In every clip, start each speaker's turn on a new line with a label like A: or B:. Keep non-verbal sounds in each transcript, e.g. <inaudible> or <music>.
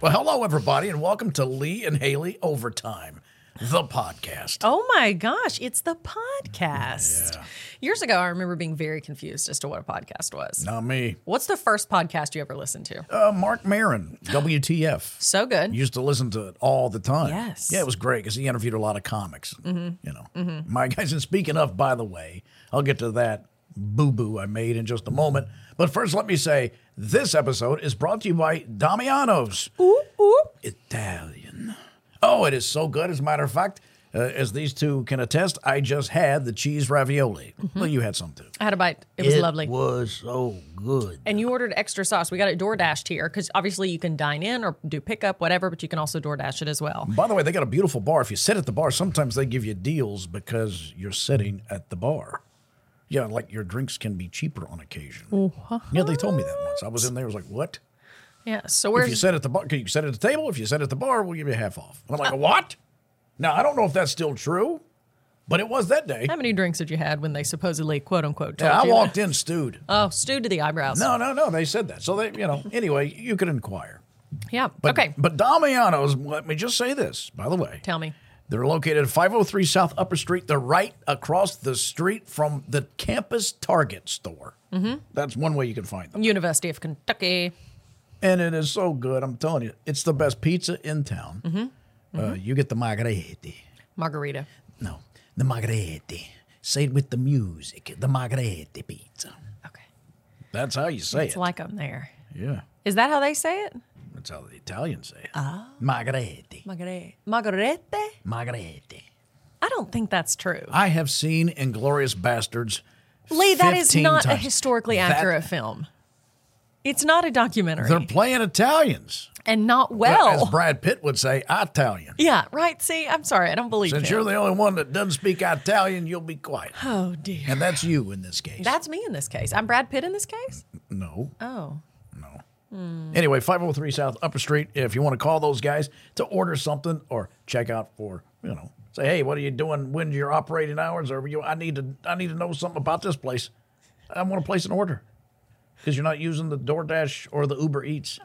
A: Well, hello, everybody, and welcome to Lee and Haley Overtime, the podcast.
B: Oh my gosh, it's the podcast. Years ago, I remember being very confused as to what a podcast was.
A: Not me.
B: What's the first podcast you ever listened to?
A: Uh, Mark Marin,
B: <gasps>
A: WTF.
B: So good.
A: Used to listen to it all the time.
B: Yes.
A: Yeah, it was great because he interviewed a lot of comics. You know, my guys. And speaking of, by the way, I'll get to that boo boo I made in just a moment. But first, let me say this episode is brought to you by Damiano's.
B: ooh, ooh.
A: Italian. Oh, it is so good. As a matter of fact, uh, as these two can attest, I just had the cheese ravioli. Well, you had some too.
B: I had a bite. Mm-hmm. It was lovely.
A: was so good.
B: and you ordered extra sauce. We got it DoorDashed here because obviously you can dine in or do pickup, whatever, but you can also DoorDash it as well.
A: By the way, they got a beautiful bar. If you sit at the bar, sometimes they give you deals because you're sitting at the bar. Yeah, like your drinks can be cheaper on occasion. Yeah, they told me that once. I was in there. I was like, "What?
B: Yeah. So
A: If you
B: where's
A: sit at the bar, can you sit at the table? If you sit at the bar, we'll give you half off." And I'm like, "What?" Now I don't know if that's still true, but it was that day.
B: how many drinks did you had when they supposedly quote unquote told
A: Yeah, I
B: you?
A: walked in stewed.
B: Oh, stewed to the eyebrows.
A: No, no, no. They said that. So they, you know, anyway, you could inquire.
B: Yeah.
A: But,
B: okay.
A: But Damiano's, let me just say this, by the way.
B: Tell me.
A: They're located at 503 South Upper Street. They're right across the street from the Campus Target store. Mm-hmm. That's one way you can find them.
B: University of Kentucky.
A: And it is so good. I'm telling you, it's the best pizza in town. Mm-hmm. Uh, you get the margherita.
B: Margarita.
A: No, the margherita. Say it with the music. The margherita pizza.
B: Okay.
A: That's how you say
B: It's
A: it.
B: like I'm there.
A: yeah.
B: Is that how they say it?
A: That's how the Italians say it. Margherita.
B: Margarete. Margarete?
A: Margherita.
B: I don't think that's true.
A: I have seen Inglorious Bastards.
B: Lee, that is
A: 15
B: not a
A: times.
B: historically
A: That-
B: accurate film. It's not a documentary.
A: They're playing Italians.
B: and not
A: As
B: well.
A: Brad Pitt would say, Italian.
B: <laughs> yeah, right. See, I'm sorry. I don't believe
A: Since
B: him.
A: you're the only one that doesn't speak Italian, you'll be quiet.
B: oh, dear.
A: And that's you in this case.
B: That's me in this case. I'm Brad Pitt in this case?
A: no.
B: Oh.
A: No. Anyway, 503 South Upper Street. If you want to call those guys to order something or check out for, you know, say, hey, what are you doing? When your operating hours? Or you, I need to, I need to know something about this place. I want to place an order because you're not using the DoorDash or the Uber Eats.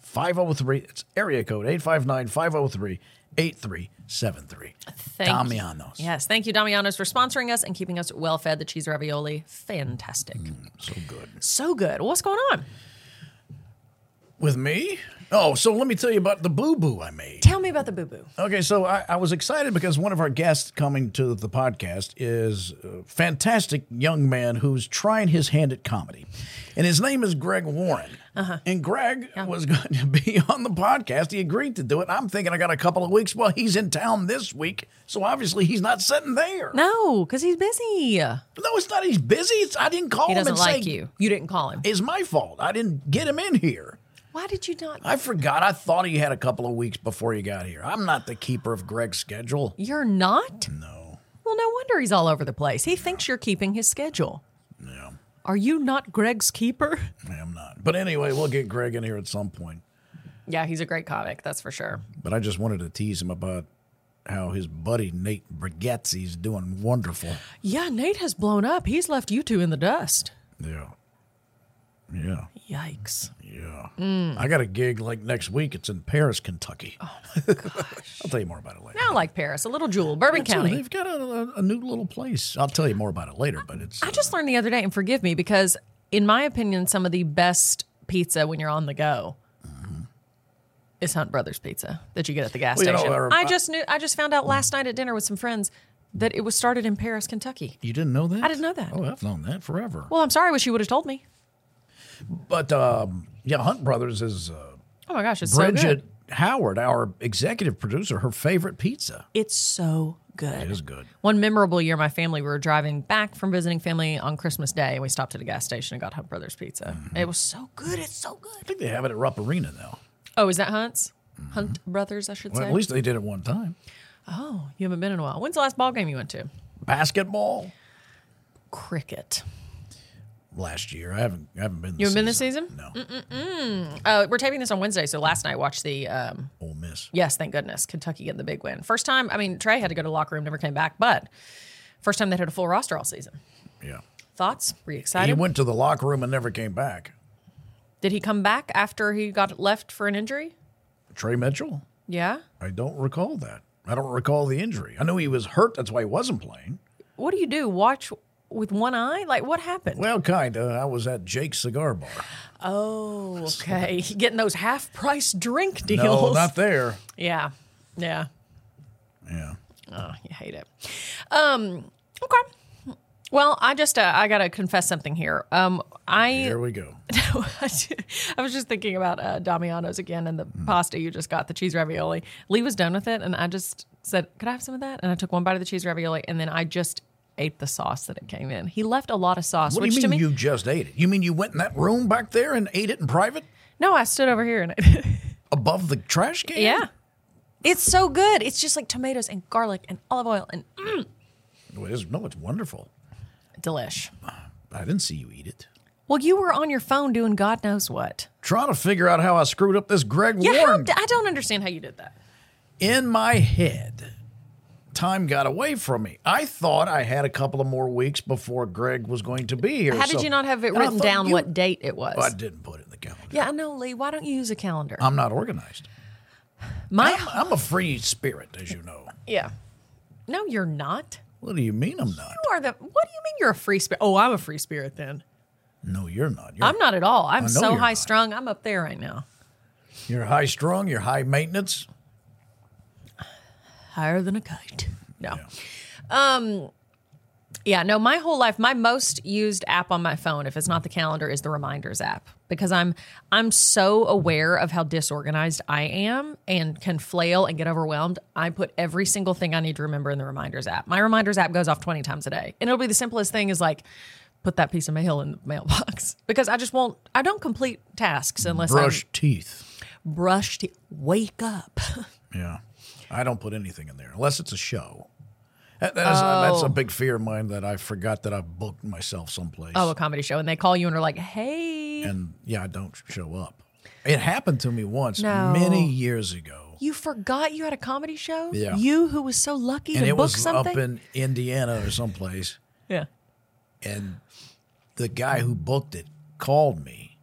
A: 503. It's area code 859 503 8373.
B: Thank you.
A: Damiano's.
B: Yes. Thank you, Damiano's, for sponsoring us and keeping us well fed. The cheese ravioli. Fantastic.
A: So good.
B: So good. What's going on?
A: With me? Oh, so let me tell you about the boo boo I made.
B: Tell me about the boo boo.
A: Okay, so I, I was excited because one of our guests coming to the podcast is a fantastic young man who's trying his hand at comedy. And his name is Greg Warren.
B: Uh-huh.
A: And Greg was going to be <laughs> on the podcast. He agreed to do it. I'm thinking I got a couple of weeks. Well, he's in town this week. So obviously he's not sitting there. No,
B: No, because he's busy.
A: it's not. He's busy. Oh, It's, I didn't call
B: He
A: him
B: doesn't
A: and say,
B: like you. You didn't call him.
A: It's my fault. I didn't get him in here.
B: Why did you not?
A: I forgot. I thought he had a couple of weeks before he got here. I'm not the keeper of Greg's schedule.
B: You're not?
A: No.
B: Well, no wonder he's all over the place. He thinks you're keeping his schedule.
A: No.
B: Are you not Greg's keeper?
A: I'm not. But anyway, we'll get Greg in here at some point.
B: Yeah, he's a great comic, that's for sure.
A: But I just wanted to tease him about how his buddy Nate Brigazzi's doing wonderful.
B: Yeah, Nate has blown up. He's left you two in the dust.
A: Yeah. Yeah.
B: Yikes.
A: Yeah. I got a gig like next week. It's in Paris, Kentucky.
B: Oh,
A: <laughs> I'll tell you more about it later.
B: I like Paris, a little jewel, Bourbon
A: So
B: County.
A: they've got a, a- a new little place. I'll tell you more about it later, but it's
B: I just learned the other day, and forgive me, because in my opinion, some of the best pizza when you're on the go is Hunt Brothers pizza that you get at the gas
A: Mm-hmm. Well, you know,
B: station.
A: our-
B: I just knew. I just found out last night at dinner with some friends that it was started in Paris, Kentucky.
A: you didn't know that?
B: I didn't know that.
A: Oh, I've known that forever.
B: Well, I'm sorry. I wish you would have told me.
A: But um, yeah, Hunt Brothers is uh,
B: Oh my gosh, it's so
A: Bridget
B: good.
A: Howard, our executive producer, her favorite pizza.
B: It's so
A: It
B: good.
A: is good.
B: One memorable year, my family we were driving back from visiting family on Christmas Day, and we stopped at a gas station and got Hunt Brothers pizza. It was so good. It's so
A: I
B: good.
A: think they have it at Rupp Arena now.
B: Oh, is that Hunt's? Hunt Brothers, I should
A: Well,
B: say.
A: at least they did it one time.
B: oh, you haven't been in a while. When's the last ball game you went to?
A: Basketball
B: Cricket.
A: last year. I haven't I haven't been.
B: You haven't been this season?
A: No,
B: Uh, we're taping this on Wednesday, so last night watched the. Um,
A: Ole Miss.
B: yes, thank goodness, Kentucky getting the big win. First time. I mean, Trey had to go to the locker room, never came back, but first time they had a full roster all season.
A: Yeah,
B: Thoughts? Were you
A: he
B: excited?
A: went to the locker room and never came back.
B: Did he come back after he got left for an injury?
A: Trey Mitchell?
B: Yeah.
A: I don't recall that. I don't recall the injury. I know he was hurt. That's why he wasn't playing.
B: What do you do? Watch with one eye? Like what happened?
A: Well, kind of. I was at Jake's Cigar Bar.
B: <laughs> oh, okay. <laughs> Getting those half price drink
A: No,
B: deals.
A: not there.
B: <laughs> yeah. Yeah.
A: Yeah.
B: Oh, you hate it. Um, okay. Well, I just uh, I gotta confess something here. Um, I
A: Here we go.
B: <laughs> I was just thinking about uh, Damiano's again and the
A: Hmm.
B: pasta you just got, the cheese ravioli. Lee was done with it, and I just said, "Could I have some of that?" And I took one bite of the cheese ravioli, and then I just ate the sauce that it came in. He left a lot of sauce,
A: What do
B: which
A: you
B: to
A: mean
B: me,
A: you just ate it? You mean you went in that room back there and ate it in private
B: no, I stood over here and <laughs> ate it.
A: above the trash can?
B: yeah, it's so good. It's just like tomatoes and garlic and olive oil and mm,
A: No, it is. No, it's wonderful.
B: delish.
A: I didn't see you eat it.
B: Well, you were on your phone doing God knows what.
A: Trying to figure out how I screwed up this Greg
B: Yeah, how,
A: Warren.
B: d- I don't understand how you did that.
A: in my head, time got away from me. I thought I had a couple of more weeks before Greg was going to be here.
B: How did
A: so-
B: you not have it
A: And I
B: written
A: thought
B: down
A: you- Oh,
B: what date it was?
A: I didn't put it in the calendar.
B: yeah, I know, Lee. Why don't you use a calendar?
A: I'm not organized.
B: My
A: I'm, I'm a free spirit, as you know.
B: Yeah. No, you're not.
A: What do you mean I'm not?
B: You are the. What do you mean you're a free spirit? Oh, I'm a free spirit then.
A: No, you're not. You're,
B: I'm not at all. I'm
A: know
B: so
A: you're
B: high
A: not.
B: strung. I'm up there right now.
A: you're high strung, you're high maintenance.
B: Higher than a kite. No. Um. Yeah, no, my whole life, my most used app on my phone, if it's not the calendar, is the reminders app because I'm I'm so aware of how disorganized I am and can flail and get overwhelmed. I put every single thing I need to remember in the reminders app. My reminders app goes off 20 times a day. And it'll be the simplest thing is like put that piece of mail in the mailbox <laughs> because I just won't I don't complete tasks unless
A: Brush teeth.
B: I'm brushed wake up.
A: Yeah. I don't put anything in there unless it's a show. That, that is, That's
B: Oh.
A: a big fear of mine that I forgot that I booked myself someplace.
B: <laughs> oh, a comedy show and they call you and are like, "Hey,
A: and yeah, I don't show up. It happened to me once
B: No.
A: many years ago,
B: You forgot you had a comedy show?
A: Yeah.
B: You who was so lucky
A: and
B: to
A: it
B: book
A: was
B: something?
A: up in Indiana or someplace.
B: yeah.
A: And the guy who booked it called me,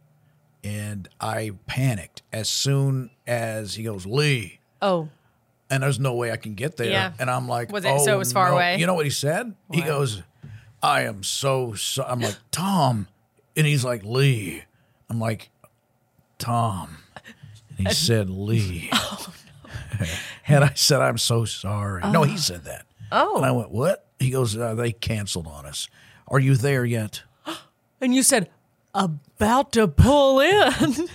A: and I panicked as soon as he goes, Lee.
B: Oh.
A: And there's no way I can get there.
B: Yeah.
A: And I'm like,
B: Was it-
A: oh,
B: so it was far
A: no."
B: away?
A: You know what he said? He goes, I am so, so. I'm like, Tom. And he's like, Lee. I'm like, Tom. And he
B: <laughs>
A: said, Lee.
B: Oh,
A: <laughs> and I said, I'm so sorry. No, he said that.
B: Oh.
A: And I went, What? He goes, uh, They canceled on us. Are you there yet?
B: And you said, about to pull in.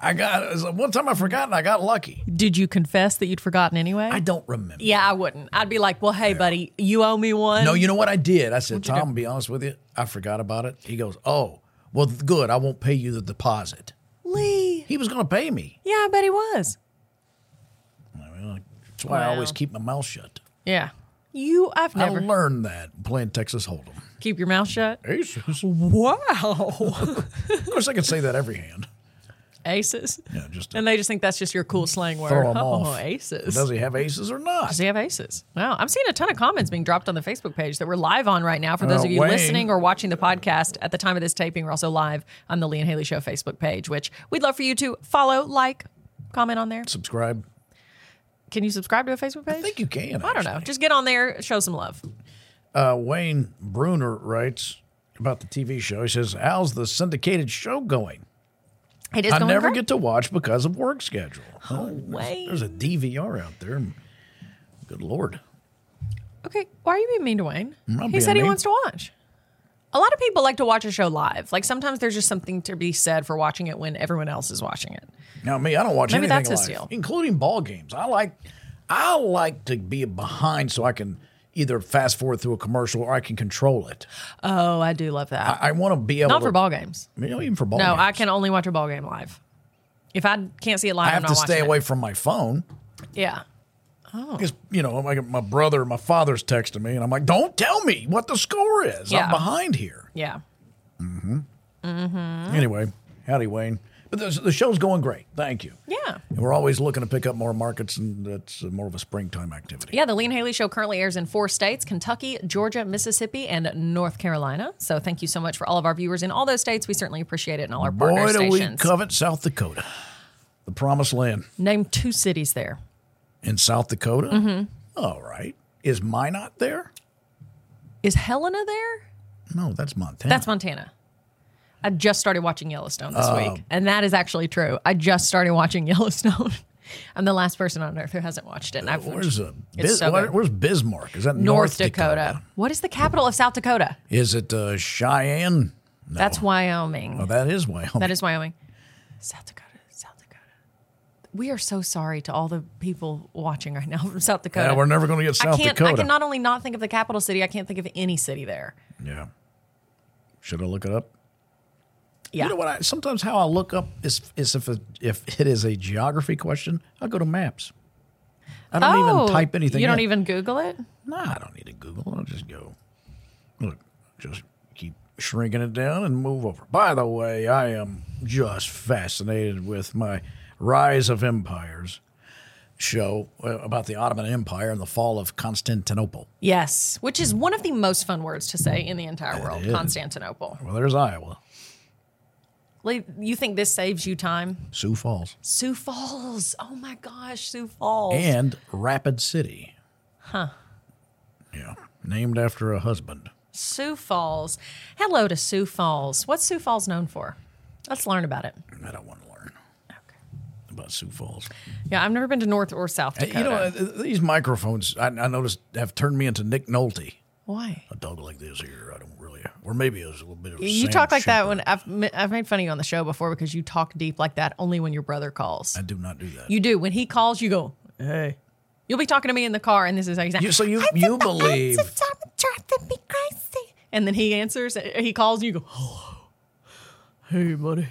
A: I got, it was like, one time I forgot and I got lucky.
B: <laughs> Did you confess that you'd forgotten anyway?
A: I don't remember.
B: yeah, I wouldn't. I'd be like, well, hey, buddy, you owe me one.
A: No, you know what I did? I said, Tom, I'll be honest with you, I forgot about it. He goes, Oh, well, th- good. I won't pay you the deposit.
B: Lee.
A: He was going to pay me.
B: Yeah, I bet he was.
A: I mean, like, that's why I always
B: Wow.
A: keep my mouth shut.
B: Yeah. You, I've never.
A: I learned that playing Texas Hold'em.
B: Keep your mouth shut.
A: Aces. Of
B: Wow.
A: course, I could say that every hand.
B: <laughs> aces.
A: Yeah, just to
B: And they just think that's just your cool slang word.
A: throw them
B: oh,
A: off.
B: aces.
A: Does he have aces or not?
B: Does he have aces? Wow. I'm seeing a ton of comments being dropped on the Facebook page that we're live on right now. For those
A: Uh,
B: of you
A: Wayne-
B: listening or watching the podcast at the time of this taping, we're also live on the Lee and Haley Show Facebook page, which we'd love for you to follow, like, comment on there.
A: Subscribe.
B: Can you subscribe to a Facebook page?
A: I think you can.
B: I don't know. Just get on there, show some love.
A: Uh, Wayne Bruner writes about the TV show. He says, How's the syndicated show going?
B: It is
A: I
B: going
A: never
B: great.
A: get to watch because of work schedule. Oh,
B: Wayne.
A: There's a DVR out there. Good lord.
B: Okay, why are you being mean to Wayne?
A: not
B: He
A: being
B: said he
A: mean.
B: wants to watch. A lot of people like to watch a show live. Like sometimes there's just something to be said for watching it when everyone else is watching it.
A: Now me, I don't watch
B: Maybe
A: anything
B: that's
A: live,
B: his deal.
A: including ball games. I like I like to be behind so I can either fast forward through a commercial or I can control it.
B: Oh, I do love that.
A: I, I want to be able
B: Not
A: to,
B: for ball games.
A: You know, even for ball
B: No,
A: games.
B: I can only watch a ball game live. If I can't see it Oh. live,
A: I have to
B: am not
A: stay
B: watching
A: away from my phone
B: It. Yeah,
A: because you know my, my brother, my father's texting me, and I'm like, "Don't tell me what the score is. I'm
B: Yeah.
A: behind here."
B: yeah.
A: Anyway, howdy, Wayne. But the, the show's going great. Thank you.
B: Yeah.
A: And we're always looking to pick up more markets, and that's uh, more of a springtime activity.
B: Yeah, the Lean Haley Show currently airs in four states Kentucky, Georgia, Mississippi, and North Carolina. So thank you so much for all of our viewers in all those states. We certainly appreciate it in all our partner
A: Boy, do we
B: stations.
A: covet South Dakota. The Promised Land
B: Name two cities there.
A: in South Dakota.
B: Mm-hmm.
A: All right. Is Minot there?
B: Is Helena there?
A: No, Oh. that's Montana.
B: That's Montana. I just started watching Yellowstone this week, and that is actually true. I just started watching <laughs> Yellowstone. I'm the last person on earth who hasn't watched it. And I've
A: Where's uh,
B: It's
A: Biz-
B: so
A: where-
B: good.
A: where's Bismarck? Is that
B: North Dakota. What is the capital of South Dakota?
A: Is it uh, Cheyenne? No,
B: That's Wyoming.
A: Oh, that is Wyoming.
B: That is Wyoming. South Dakota. South Dakota. We are so sorry to all the people watching right now from South Dakota.
A: <laughs> yeah, we're never going to get
B: I
A: South
B: can't. I
A: Dakota.
B: can not only not think of the capital city. I can't think of any city there.
A: yeah. Should I look it up?
B: Yeah.
A: You know what? I, sometimes how I look up is is if it, if it is a geography question, I'll go to maps. I don't even type anything.
B: Oh, You don't
A: in.
B: even Google it.
A: No, I don't need to Google. I'll just go. Look, just keep shrinking it down and move over. By the way, I am just fascinated with my Rise of Empires show uh, about the Ottoman Empire and the fall of Constantinople.
B: Yes, which is one of the most fun words to say in the entire world.
A: is.
B: Constantinople.
A: Well, there's Iowa,
B: Like, You think this saves you time?
A: Sioux Falls,
B: Sioux Falls. Oh my gosh, Sioux Falls.
A: and Rapid City. Huh. Yeah, named after a husband.
B: Sioux Falls. Hello to Sioux Falls. What's Sioux Falls known for? Let's learn about it.
A: I don't want to learn about Sioux Falls.
B: Yeah, I've never been to North or South
A: Uh,
B: Dakota.
A: You know, uh, these microphones, I, I noticed, have turned me into Nick Nolte.
B: Why?
A: I talk like this here. I don't really, or maybe it was a little bit of.
B: You talk like that when I've ma- I've made fun of you on the show before because you talk deep like that only when your brother calls.
A: I do not do that.
B: you do when he calls, you go, "Hey." You'll be talking to me in the car, and this is how you sound.
A: You- so you you believe
B: And then he answers, uh, he calls, and you go, hello. Hey, buddy.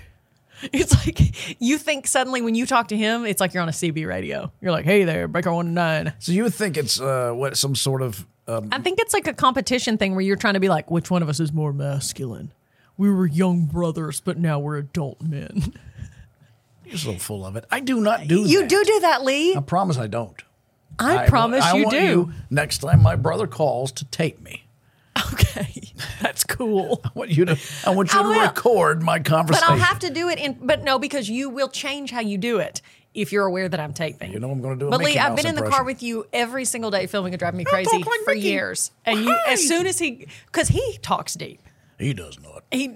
B: It's like you think suddenly when you talk to him, it's like you're on a CB radio. You're like, hey there, Breaker 109.
A: so you think it's uh, what some sort of um,
B: I think it's like a competition thing where you're trying to be like, which one of us is more masculine? We were young brothers, but now we're adult men.
A: you're so full of it. I do not do.
B: <laughs> You
A: that.
B: do do that, Lee.
A: I promise I don't.
B: I,
A: will-
B: promise
A: I
B: you
A: want
B: do.
A: You next time my brother calls to tape me. <laughs>
B: Okay. <laughs> That's cool.
A: I want you to. I want you
B: I
A: to
B: will.
A: record my
B: But
A: conversation.
B: I'll have to do it in. But no, because you will change how you do it if you're aware that I'm taping.
A: You know I'm gonna do a
B: But
A: Mickey
B: Lee, I've
A: Mouse
B: been in the
A: impression.
B: car with you every single day filming and driving me crazy
A: talk like
B: for
A: Mickey.
B: years. And you, as
A: Hi.
B: soon as he, because he talks deep.
A: he does not.
B: He, <laughs>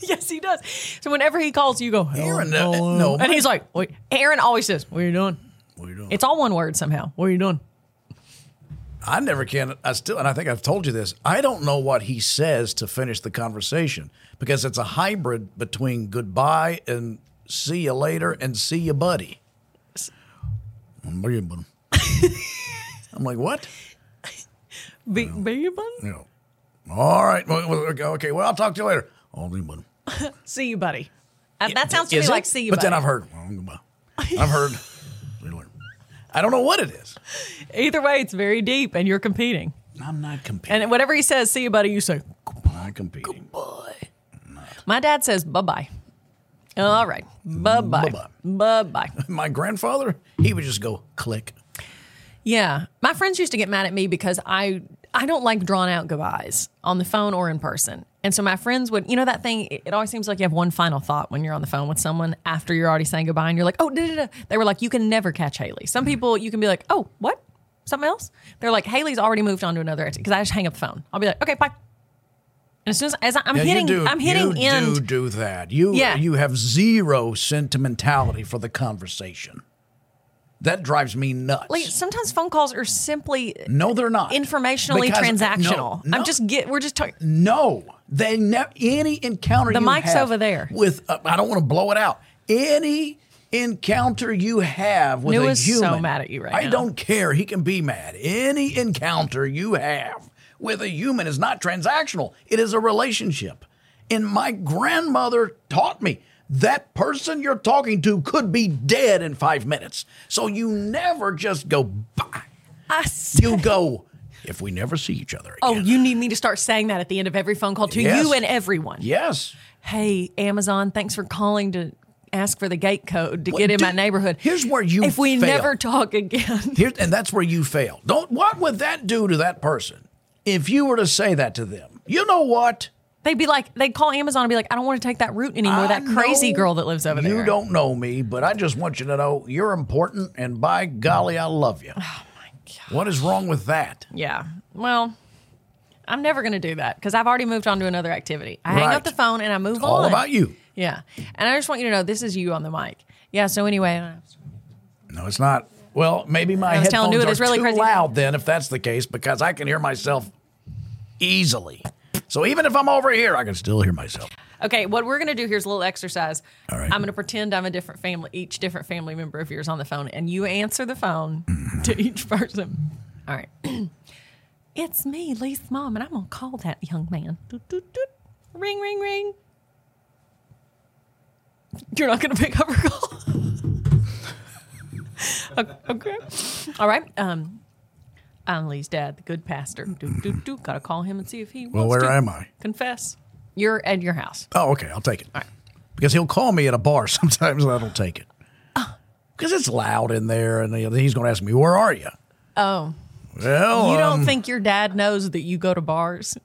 B: yes, he does. So whenever he calls, you go,
A: Aaron,
B: Aaron,
A: uh, no,
B: and
A: my-
B: he's like, wait. Aaron always says, "What are you doing?"
A: What are you doing?
B: It's all one word somehow. What are you doing?
A: I never can. I still, and I think I've told you this. I don't know what he says to finish the conversation because it's a hybrid between goodbye and see you later and see you, buddy. I'm like, "Buddy." <laughs> I'm like, what?
B: Be, be a buddy?
A: You know, all right. well, well, Okay, okay, well, I'll talk to you later. I'll be buddy.
B: See you, buddy. Uh, that sounds to me
A: Is it?
B: like see you,
A: But
B: buddy.
A: then I've heard, "Well, goodbye." I've <laughs> heard, "See you later." I don't know what it is.
B: Either way, it's very deep, and you're competing.
A: I'm not competing.
B: And whatever he says, see you, buddy. You say,
A: I'm not competing.
B: My dad says bye bye. All right. Bye bye. Bye bye.
A: My grandfather, he would just go click.
B: Yeah. My friends used to get mad at me because I I don't like drawn out goodbyes on the phone or in person. And so my friends would, you know, that thing, it it always seems like you have one final thought when you're on the phone with someone after you're already saying goodbye and you're like, oh, da, da, da. They were like, you can never catch Haley. Some people, you can be like, oh, what? Something else? They're like, Haley's already moved on to another because I just hang up the phone. I'll be like, okay, bye. And as soon as, as I- I'm
A: Yeah,
B: hitting,
A: you do,
B: I'm hitting
A: you
B: end.
A: do do that. You
B: Yeah.
A: you have zero sentimentality for the conversation. That drives me nuts.
B: Like, sometimes phone calls are simply
A: no, they're not
B: informationally
A: Because-
B: transactional.
A: uh, No, no,
B: I'm just get we're just talking.
A: no. They never any encounter.
B: The
A: you
B: mic's
A: have
B: over there.
A: With uh, I don't want to blow it out. Any encounter you have with a
B: Nua's so
A: human,
B: mad at you right
A: I
B: now.
A: don't care. He can be mad. Any encounter you have with a human is not transactional. It is a relationship. And my grandmother taught me that person you're talking to could be dead in five minutes. So you never just go bye.
B: I s-
A: You go. If we never see each other again.
B: oh, you need me to start saying that at the end of every phone call to
A: Yes.
B: you and everyone.
A: yes.
B: Hey, Amazon, thanks for calling to ask for the gate code to
A: Well,
B: get in my
A: dude,
B: neighborhood.
A: here's where you
B: if we
A: fail.
B: never talk again. <laughs>
A: Here, and that's where you fail. Don't. What would that do to that person if you were to say that to them? You know what?
B: They'd be like, they'd call Amazon and be like, I don't want to take that route anymore. that
A: I
B: crazy
A: know
B: girl that lives over there.
A: You don't know me, but I just want you to know you're important, and by golly, I love you.
B: Oh,
A: What is wrong with that?
B: Yeah. Well, I'm never going to do that because I've already moved on to another activity. I hang
A: Right.
B: up the phone and I move on.
A: All about you.
B: Yeah. And I just want you to know this is you on the mic. Yeah. So anyway, I don't-
A: No, it's not. Well, maybe my
B: I was telling
A: headphones
B: Newt,
A: are
B: it's really
A: too
B: crazy.
A: loud then, if that's the case, because I can hear myself easily. So even if I'm over here, I can still hear myself.
B: okay. What we're going to do here is a little exercise.
A: All right.
B: I'm going to pretend I'm a different family, each different family member of yours on the phone, and you answer the phone
A: Mm-hmm.
B: to each person. All right. <clears throat> it's me, Lee's mom, and I'm going to call that young man. Doot, doot, doot. Ring, ring, ring. You're not going to pick up her call. <laughs> okay. All right. Um, I'm Lee's dad, the good pastor. Do, do, do. Got to call him and see if he
A: Well,
B: wants
A: where
B: to
A: am I?
B: confess. You're at your house.
A: Oh, okay, I'll take it. Because he'll call me at a bar <laughs> sometimes, and I don't take it.
B: Oh.
A: Because it's loud in there, and he's going to ask me, "Where are you?"
B: Oh,
A: Well, um,
B: you don't think your dad knows that you go to bars?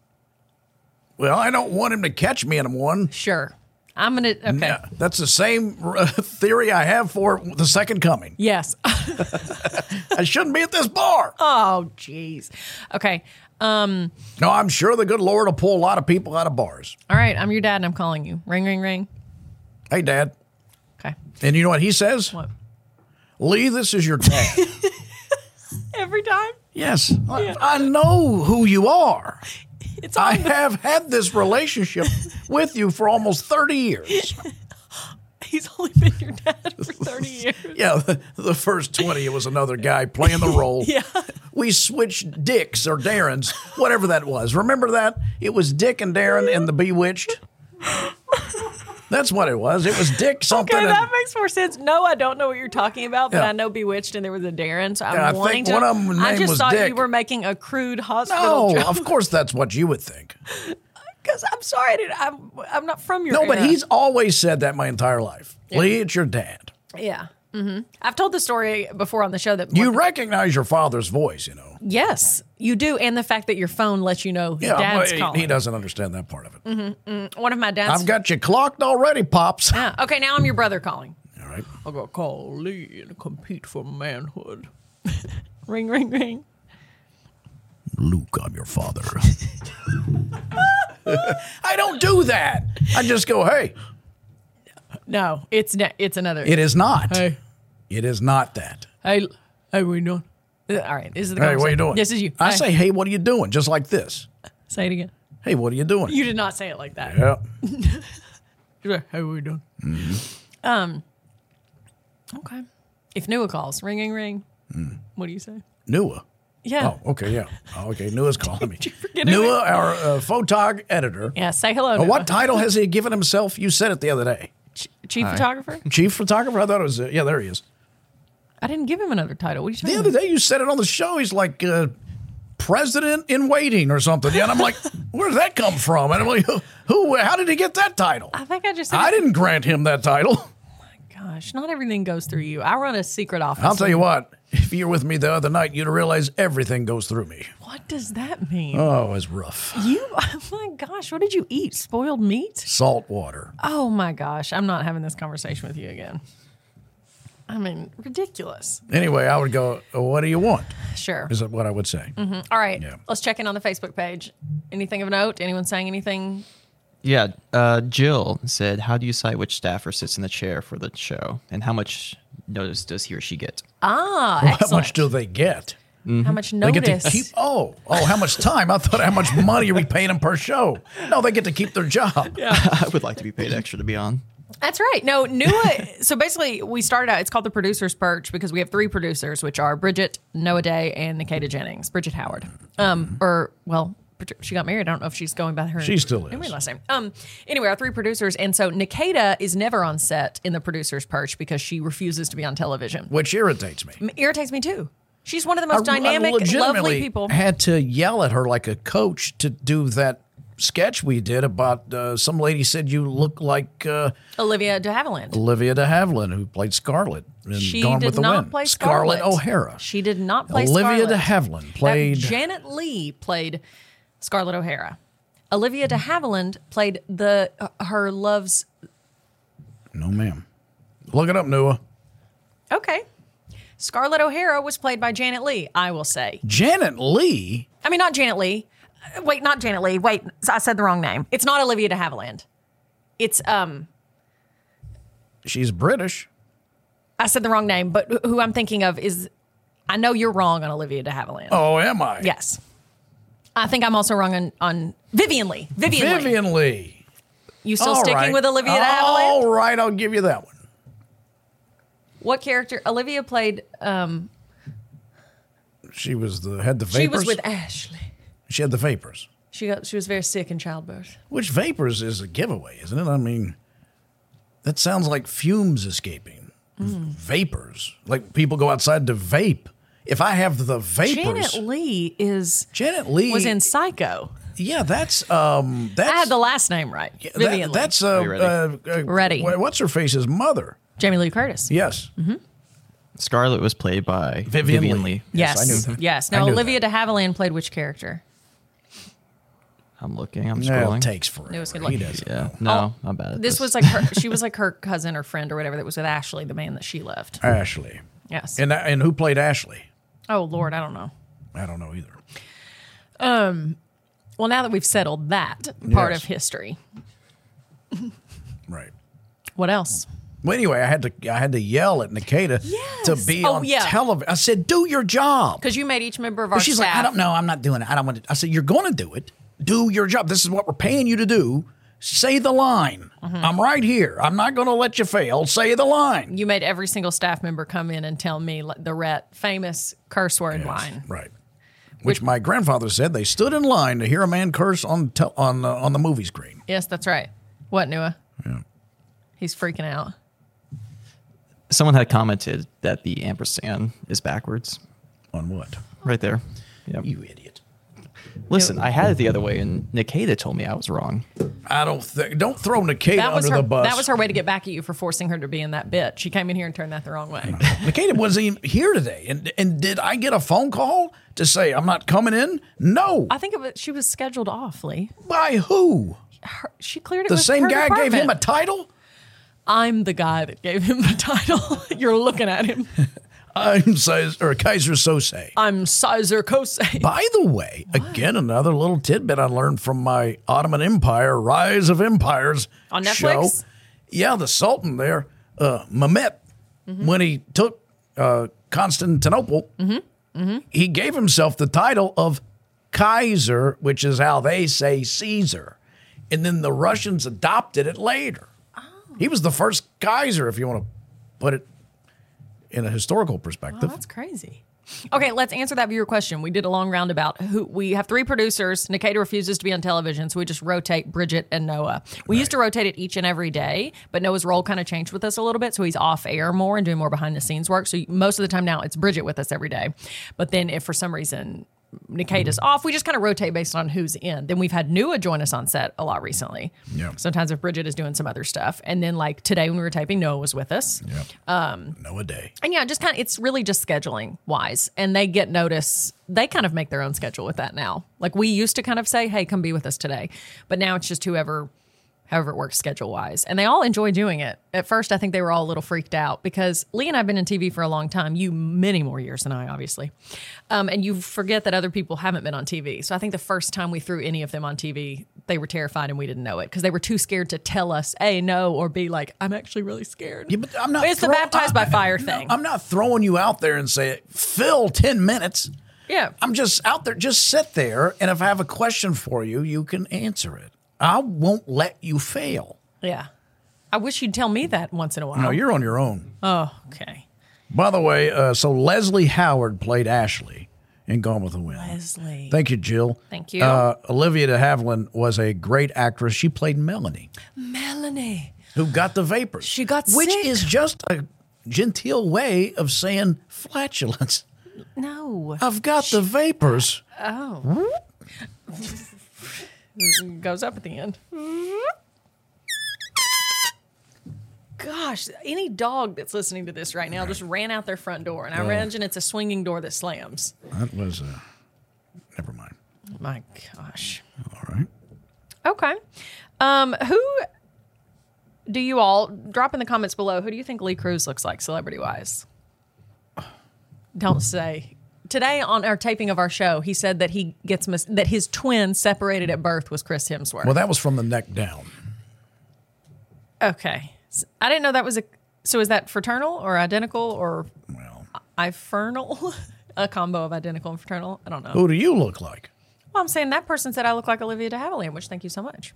A: well, I don't want him to catch me in one.
B: Sure. I'm gonna. Okay.
A: Yeah, that's the same uh, <laughs> theory I have for the second coming.
B: Yes. <laughs>
A: I shouldn't be at this bar.
B: oh, jeez. Okay. Um.
A: No, I'm sure the good Lord will pull a lot of people out of bars.
B: All right. I'm your dad, and I'm calling you. Ring, ring, ring.
A: Hey, Dad.
B: Okay.
A: And you know what he says?
B: What?
A: Lee, this is your
B: <laughs>
A: dad.
B: Every time.
A: yes. I, I know who you are.
B: It's
A: I
B: on.
A: have had this relationship with you for almost 30
B: <laughs>
A: years.
B: <laughs> he's only been your dad
A: <laughs>
B: for 30 years.
A: Yeah, the, the first 20, it was another guy playing the role.
B: <laughs> Yeah.
A: We switched dicks or Darrens, whatever that was. Remember that? It was Dick and Darren in The Bewitched. That's what it was. It was Dick something.
B: Okay,
A: and-
B: that makes more sense. No, I don't know what you're talking about, but
A: Yeah.
B: I know Bewitched and there was a Darren, so I'm
A: Yeah, I think
B: wanting to.
A: one of 'em
B: I
A: name
B: just
A: was
B: thought you
A: Dick.
B: were making a crude hospital
A: no,
B: joke.
A: Oh, of course that's what you would think.
B: Because I'm sorry, I didn't- I'm, I'm not from your.
A: No, but
B: era.
A: he's always said that my entire life. Lee, it's your dad.
B: Yeah. hmm I've told the story before on the show that
A: You recognize your father's voice, you know.
B: yes, you do, and the fact that your phone lets you know
A: Yeah,
B: dad's
A: well, he,
B: calling.
A: he doesn't understand that part of it.
B: One of my dad's.
A: I've got you clocked already, pops.
B: Yeah. Okay, now I'm your brother calling.
A: All right.
B: I got to call Lee and compete for manhood. ring, ring, ring.
A: Luke, I'm your
B: <laughs>
A: father. I don't do that. I just go, hey,
B: No, it's ne- it's another.
A: it is not.
B: hey,
A: It is not that.
B: hey, hey, what are you doing? Uh, All right, this is the.
A: Hey, what are you
B: conversation.
A: doing?
B: This is you.
A: I
B: Hey,
A: say, hey, what are you doing? Just like this.
B: say it again.
A: Hey, what are you doing?
B: You did not say it like that.
A: yeah.
B: You're like, hey, what are you doing? Um. Mm-hmm. Okay. If Nua calls, ring, ring, ring. What do you say?
A: Nua.
B: Yeah.
A: Mm. Oh, okay, yeah. Oh, okay, Nua's calling
B: <laughs>
A: me.
B: forget her
A: Nua, our uh, photog editor.
B: Yeah, say hello.
A: Uh,
B: to
A: What title has he given himself? You said it the other day.
B: Ch- chief photographer?
A: Chief photographer? I thought it was, uh, yeah, there he is.
B: I didn't give him another title. What are you talking
A: The other
B: about?
A: day you said it on the show. He's like uh, president in waiting or something. Yeah, and I'm like, <laughs> where did that come from? And I'm like, who? How did he get that title?
B: I think I just said,
A: I didn't grant him that title. <laughs>
B: gosh, not everything goes through you. I run a secret office.
A: I'll tell you what. If you were with me the other night, you'd realize everything goes through me.
B: what does that mean?
A: Oh, it's rough.
B: you, <laughs> oh my gosh, what did you eat? Spoiled meat?
A: Salt water.
B: Oh my gosh, I'm not having this conversation with you again. I mean, ridiculous.
A: Anyway, I would go. "Oh, What do you want?
B: Sure. Mm,
A: Is what I would say.
B: All right,
A: Yeah.
B: let's check in on the Facebook page. Anything of note? Anyone saying anything?
C: Yeah, uh, Jill said, "How do you cite which staffer sits in the chair for the show, and how much notice does he or she get?"
B: Ah,
A: How
B: excellent.
A: much do they get?
B: How much
A: They get
B: notice?
A: to keep. Oh, oh, how much time? I thought how much money are we paying them per show? No, they get to keep their
B: <laughs>
A: job.
C: <laughs> I would like to be paid extra to be on.
B: That's right. No, Nua. <laughs> so basically, we started out. It's called the producers perch because we have three producers, which are Bridget, Noah Day, and Nikita Jennings. Bridget Howard. Um, or well, Bridget- she got married. I don't know if she's going by her.
A: She still is.
B: Anyway, last name. Um. Anyway, our three producers, and so Nikita is never on set in the producers perch because she refuses to be on television. Um,
A: Which irritates me.
B: Irritates me too. She's one of the most
A: I- I
B: dynamic, lovely
A: legitimately
B: people.
A: Had to yell at her like a coach to do that sketch we did about uh, some lady said you look like uh,
B: Olivia de Havilland.
A: Olivia de Havilland who played Scarlet in
B: She
A: Gone
B: did
A: with the
B: not
A: Wind.
B: play
A: Scarlett
B: Scarlet.
A: O'Hara.
B: She did not play
A: Olivia
B: Scarlet.
A: de Havilland
B: That
A: played
B: Janet Lee played Scarlett O'Hara. Olivia de Havilland played the uh, her love's.
A: No, ma'am. Look it up, Noah.
B: Okay. Scarlett O'Hara was played by Janet Lee, I will say.
A: Janet Lee.
B: I mean, not Janet Lee. Uh, Wait, not Janet Lee. Wait, I said the wrong name. It's not Olivia de Havilland. It's, um,
A: She's British.
B: I said the wrong name, but wh- who I'm thinking of is, I know you're wrong on Olivia de Havilland.
A: Oh, am I?
B: Yes. I think I'm also wrong on, on Vivian Lee. Vivian, Lee.
A: Vivian Lee.
B: You still
A: All
B: sticking
A: right. Oh.
B: with Olivia de Havilland?
A: All right, I'll give you that one.
B: What character? Olivia played, um,
A: She was the had the vapors.
B: she was with Ashley.
A: She had the vapors.
B: She got, she was very sick in childbirth.
A: Which vapors is a giveaway, isn't it? I mean, that sounds like fumes escaping. Vapors. Like people go outside to vape. If I have the vapors,
B: Janet Lee is
A: Janet Lee
B: was in Psycho.
A: Yeah, that's um that's
B: I had the last name right.
A: that-
B: Vivian Leigh.
A: that's uh,
C: you
A: uh,
C: ready?
A: uh
B: Ready. Mm-hmm.
A: wha- What's her face's mother?
B: Jamie Lee Curtis.
A: Yes.
C: Scarlet was played by
A: Vivian
C: Vivian,
A: Leigh.
C: Lee.
A: Yes, I
B: Yes.
A: knew
B: Yes.
A: that. I
B: Now
A: knew
B: Olivia de Havilland played which character?
C: I'm looking. I'm
A: No,
C: scrolling.
A: it takes forever.
B: It was good
A: He
B: luck.
A: doesn't.
C: yeah. No, I'm bad at
B: Oh, This was like her she was like her cousin or friend or whatever that was with Ashley, the man that she loved.
A: Ashley.
B: Yes.
A: And uh, and who played Ashley?
B: oh Lord, I don't know.
A: I don't know either.
B: Well, now that we've settled that part
A: Yes.
B: of history,
A: Right.
B: what else?
A: Well, anyway, I had to I had to yell at Nikita to be
B: Oh,
A: on
B: yeah.
A: television. I said, "Do your job."
B: Because you made each member of our
A: She's
B: staff.
A: like, "I don't know. I'm not doing it. I don't want to." I said, "You're going to do it. Do your job. This is what we're paying you to do. Say the line.
B: Mm-hmm.
A: I'm right here. I'm not going to let you fail. Say the line."
B: You made every single staff member come in and tell me like, the ret famous curse word line.
A: Right. Which my grandfather said they stood in line to hear a man curse on tel- on uh, on the movie screen.
B: Yes, that's right. What, Nua? Yeah. He's freaking out.
C: Someone had commented that the ampersand is backwards,
A: On what?
C: right there. Yep.
A: You idiot.
C: Listen, I had it the other way, and Nikita told me I was wrong.
A: I don't think. Don't throw Nikita
B: That was
A: under
B: her.
A: the bus.
B: That was her way to get back at you for forcing her to be in that bit. She came in here and turned that the wrong way.
A: <laughs> Nikita wasn't even here today. And and did I get a phone call to say I'm not coming in? No.
B: I think it was, she was scheduled off, Lee.
A: By who?
B: Her, she cleared it.
A: The
B: with
A: same
B: her
A: guy gave him a
B: department.
A: title?
B: I'm the guy that gave him the <laughs> title. You're looking at him.
A: I'm Sizer, or Kaiser Sose.
B: I'm Sizer Kosei.
A: By the way, again, another little tidbit I learned from my Ottoman Empire, Rise of Empires
B: On
A: show.
B: Netflix?
A: Yeah, the Sultan there, uh, Mehmet,
B: Mm-hmm.
A: when he took uh, Constantinople,
B: Mm-hmm.
A: he gave himself the title of Kaiser, which is how they say Caesar. And then the Russians adopted it later.
B: Oh.
A: He was the first Kaiser, if you want to put it in a historical perspective.
B: That's crazy. Okay, let's answer that viewer question. We did a long roundabout. Who we have three producers. Nikita refuses to be on television, so we just rotate Bridget and Noah. We used to rotate it each and every day, but Noah's role kind of changed with us a little bit, so he's off air more and doing more behind the scenes work. So most of the time now it's Bridget with us every day. But then if for some reason Nikita's off, we just kind of rotate based on who's in. Then we've had Nua join us on set a lot recently.
A: Yeah.
B: Sometimes if Bridget is doing some other stuff, and then like today when we were taping, Noah was with us.
A: Noah Day.
B: And yeah, just kind of, it's really just scheduling wise. And they get notice, they kind of make their own schedule with that now. Like we used to kind of say, hey, come be with us today. But now it's just whoever, however it works schedule wise. And they all enjoy doing it. At first, I think they were all a little freaked out because Lee and I have been in TV for a long time, you many more years than I, obviously. Um, and you forget that other people haven't been on TV. So I think the first time we threw any of them on TV, they were terrified and we didn't know it because they were too scared to tell us, A, no, or B, like, I'm actually really scared.
A: Yeah, but I'm not.
B: It's the
A: throw-
B: baptized by fire thing.
A: I'm not throwing you out there and say fill ten minutes.
B: Yeah.
A: I'm just out there. Just sit there, and if I have a question for you, you can answer it. I won't let you fail.
B: Yeah. I wish you'd tell me that once in a while.
A: No, you're on your own.
B: oh, okay.
A: By the way, uh, so Leslie Howard played Ashley in Gone with the Wind.
B: Leslie.
A: Thank you, Jill.
B: Thank you.
A: Uh, Olivia de Havilland was a great actress. She played Melanie,
B: Melanie.
A: who got the vapors.
B: She got
A: which
B: sick.
A: is just a genteel way of saying flatulence.
B: No.
A: I've got the vapors.
B: Goes up at the end. Gosh, any dog that's listening to this right now just ran out their front door, and I imagine it's a swinging door that slams.
A: That was, uh, never mind.
B: My gosh.
A: All right.
B: Okay. Um, who do you all drop in the comments below? Who do you think Lee Cruz looks like celebrity wise? Don't say. Today on our taping of our show, he said that he gets mis- that his twin separated at birth was Chris Hemsworth.
A: Well, that was from the neck down.
B: okay, S- I didn't know that was a. So is that fraternal or identical or
A: Well,
B: ifernal? <laughs> a combo of identical and fraternal. I don't know.
A: who do you look like?
B: Well, I'm saying that person said I look like Olivia de Havilland, which thank you so much.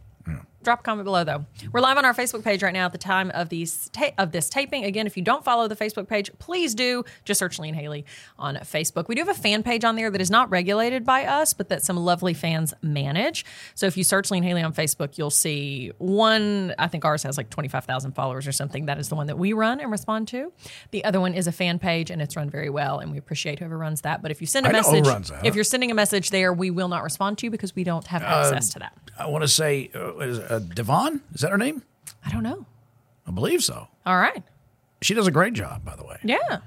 B: Drop a comment below though. We're live on our Facebook page right now at the time of these ta- of this taping. Again, if you don't follow the Facebook page, please do. Just search Lee and Haley on Facebook. We do have a fan page on there that is not regulated by us, but that some lovely fans manage. So if you search Lee and Haley on Facebook, you'll see one. I think ours has like twenty five thousand followers or something. That is the one that we run and respond to. The other one is a fan page and it's run very well, and we appreciate whoever runs that. But if you send a
A: I know who
B: message,
A: runs that. Uh,
B: if you're sending a message there, we will not respond to you because we don't have access to that.
A: I want to say, uh, what is it, uh, Devon? Is that her name?
B: I don't know.
A: I believe so.
B: All right.
A: She does a great job, by the way.
B: Yeah.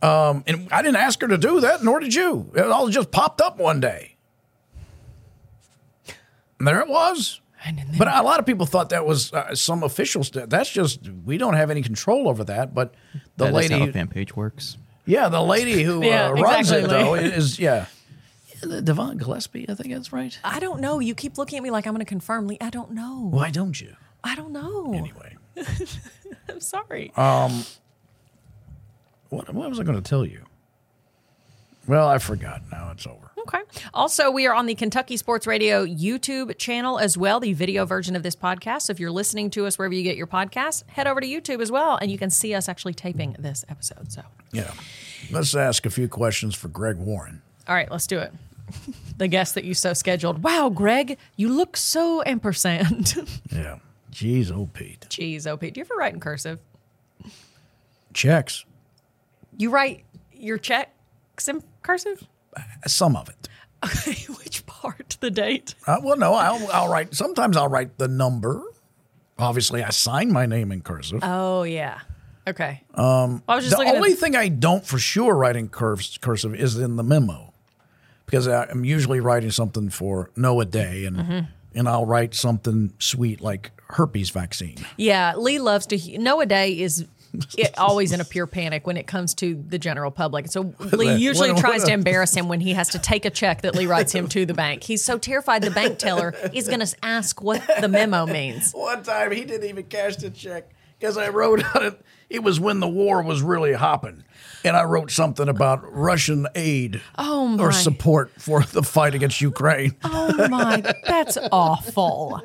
A: And I didn't ask her to do that, nor did you. It all just popped up one day. And there it was.
B: And then
A: But a lot of people thought that was uh, some official st- That's just, we don't have any control over that. But the
C: That is how a
A: lady,
C: fan page works.
A: yeah, the lady who
B: Yeah,
A: uh, runs
B: exactly,
A: it,
B: <laughs>
A: though, is, yeah. Devon Gillespie, I think that's right.
B: I don't know. You keep looking at me like I'm going to confirm, Lee. I don't know.
A: Why don't you?
B: I don't know.
A: Anyway,
B: I'm <laughs> sorry.
A: what, what was I going to tell you? Well, I forgot. Now it's over.
B: Okay. Also, we are on the Kentucky Sports Radio YouTube channel as well, the video version of this podcast. So if you're listening to us wherever you get your podcast, head over to YouTube as well, and you can see us actually taping this episode. So,
A: Yeah. Let's ask a few questions for Greg Warren.
B: all right, let's do it. <laughs> the guest that you so scheduled. Wow, Greg, you look so ampersand. <laughs>
A: Yeah. Jeez, oh, Pete.
B: Jeez, OP, do you ever write in cursive?
A: Checks.
B: You write your checks in cursive? <laughs>
A: Some of it.
B: Okay, which part? The date?
A: Uh, well, no, I'll, I'll write. Sometimes I'll write the number. Obviously, I sign my name in cursive.
B: Oh, yeah. Okay. Um, I was just
A: the
B: looking
A: only
B: at
A: thing I don't for sure write in curves, cursive is in the memo because I- I'm usually writing something for Noah Day and
B: Mm-hmm.
A: and I'll write something sweet like herpes vaccine.
B: Yeah, Lee loves to. he- Noah Day is it, always in a pure panic when it comes to the general public.
A: <laughs>
B: So Lee
A: What-
B: usually
A: what-
B: tries to embarrass him when he has to take a check that Lee writes him to the bank. He's so terrified the bank teller is going to ask what the memo means.
A: One time he didn't even cash the check because I wrote <laughs> on it. It was when the war was really hopping, and I wrote something about Russian aid
B: Oh, my.
A: or support for the fight against Ukraine.
B: Oh my, that's awful.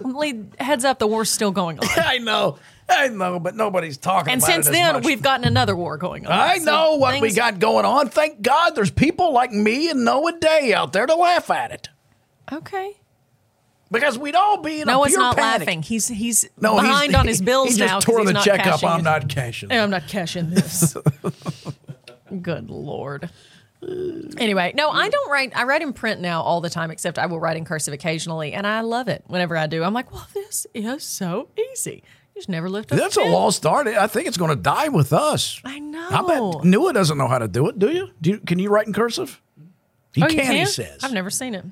B: Lee, heads up, the war's still going on.
A: <laughs> I know, I know, but nobody's talking.
B: And
A: about
B: since
A: it as
B: then,
A: much.
B: we've gotten another war going on.
A: I
B: So
A: know what we
B: things-
A: got going on. Thank God, there's people like me and Noah Day out there to laugh at it
B: Okay.
A: because we'd all be in a
B: Noah's
A: pure
B: not
A: panic.
B: laughing. He's he's
A: No, he's-
B: behind on his
A: he-
B: bills
A: he
B: now.
A: just
B: 'cause
A: tore
B: he's
A: the
B: not
A: check up.
B: cashing
A: I'm
B: his-
A: not cashing.
B: I'm not cashing this. <laughs> Good lord. Anyway, no, I don't write. I write in print now all the time, except I will write in cursive occasionally, and I love it whenever I do. I'm like, well, this is so easy. You just never lift up.
A: That's a
B: pen.
A: lost art. I think it's going to die with us.
B: I know.
A: I bet Nua doesn't know how to do it. Do you? Do you, can you write in cursive? He
B: Oh,
A: can,
B: you
A: He says.
B: I've never seen it.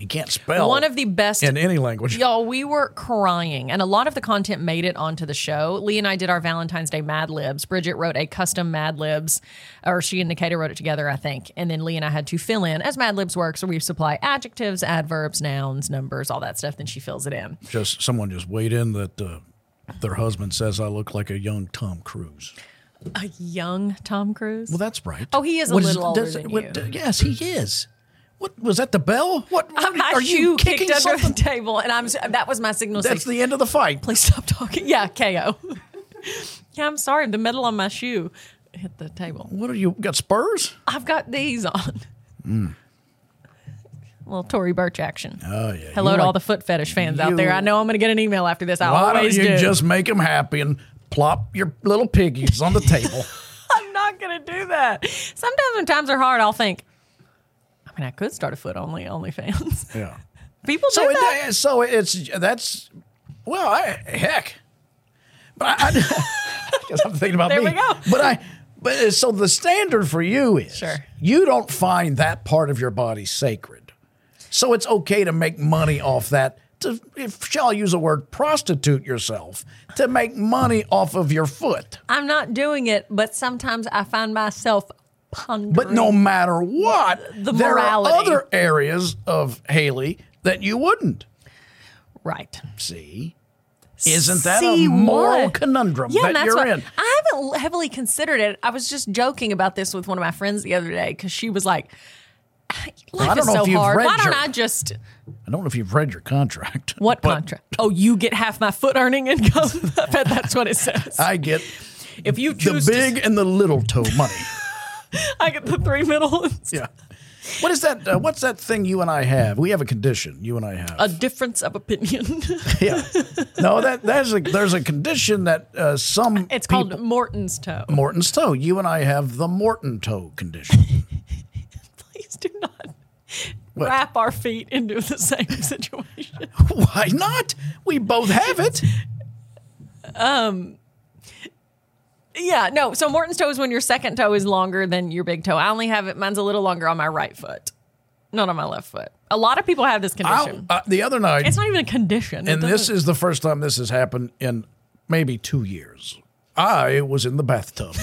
A: he can't spell.
B: One of the best
A: in any language.
B: Y'all, we were crying, and a lot of the content made it onto the show. Lee and I did our Valentine's Day Mad Libs. Bridget wrote a custom Mad Libs, or she and Nikita wrote it together, I think. And then Lee and I had to fill in, as Mad Libs works, where we supply adjectives, adverbs, nouns, numbers, all that stuff. Then she fills it in.
A: Just someone just weighed in that uh, their husband says I look like a young Tom Cruise.
B: A young Tom Cruise.
A: Well, that's right.
B: Oh, he is a little older than you.
A: yes, he is. What was that? The bell? What
B: <laughs> My
A: are
B: shoe
A: you kicking
B: kicked under
A: something?
B: the table, and I'm that was my signal.
A: That's
B: saying,
A: the end of the fight.
B: Please stop talking. Yeah, KO. <laughs> yeah, I'm sorry. The metal on my shoe hit the table.
A: What are you got spurs?
B: I've got these on.
A: Mm.
B: Little Tory Burch action.
A: Oh yeah.
B: Hello
A: You
B: to all
A: like-
B: the foot fetish fans out
A: you-
B: there. I know I'm going to get an email after this. I
A: Why don't
B: always
A: you
B: do.
A: just make him happy and plop your little piggies on the table?
B: <laughs> I'm not going to do that. Sometimes when times are hard, I'll think. I mean, I could start a foot only OnlyFans. <laughs>
A: yeah.
B: People do
A: So it,
B: that.
A: uh, so it's that's well, I, heck, but I, <laughs> I guess I'm thinking about
B: There
A: me.
B: we go.
A: But I, but uh, so the standard for you is
B: Sure.
A: you don't find that part of your body sacred. So it's okay to make money off that. To, if shall I use a word, prostitute yourself to make money off of your foot.
B: I'm not doing it, but sometimes I find myself pondering.
A: But no matter what,
B: The
A: there
B: morality.
A: are other areas of Haley that you wouldn't
B: right.
A: see. Isn't that
B: See
A: a moral
B: what?
A: conundrum
B: Yeah,
A: that
B: and that's
A: you're
B: what
A: in?
B: I haven't heavily considered it. I was just joking about this with one of my friends the other day because she was like, "Life
A: I don't
B: is
A: know
B: so
A: if you've
B: hard.
A: read
B: Why don't
A: your-
B: I just
A: I don't know if you've read your contract.
B: what
A: but
B: contract? Oh, you get half my foot earning income. <laughs> I bet that's what it says.
A: I <laughs> get
B: if you
A: Uh, the
B: choose, to-
A: big and the little toe money. <laughs>
B: I get the three middle ones.
A: Yeah. What is that? Uh, what's that thing you and I have? We have a condition you and I have.
B: A difference of
A: <laughs>
B: opinion. <laughs>
A: yeah. No, that there's a there's a condition that uh, some
B: <laughs> it's
A: people-
B: called Morton's toe.
A: Morton's toe. You and I have the Morton toe condition.
B: <laughs>
A: <laughs>
B: Please do not wrap our feet into the same <laughs> situation.
A: Why not? We both have
B: <laughs>
A: it.
B: Yeah, no. So Morton's toe is when your second toe is longer than your big toe. I only have it. Mine's a little longer on my right foot, not on my left foot. A lot of people have this
A: I,
B: condition.
A: uh, the other night,
B: it's not even a condition. It
A: and this
B: doesn't-
A: is the first time this has happened in maybe two years. I was in the bathtub.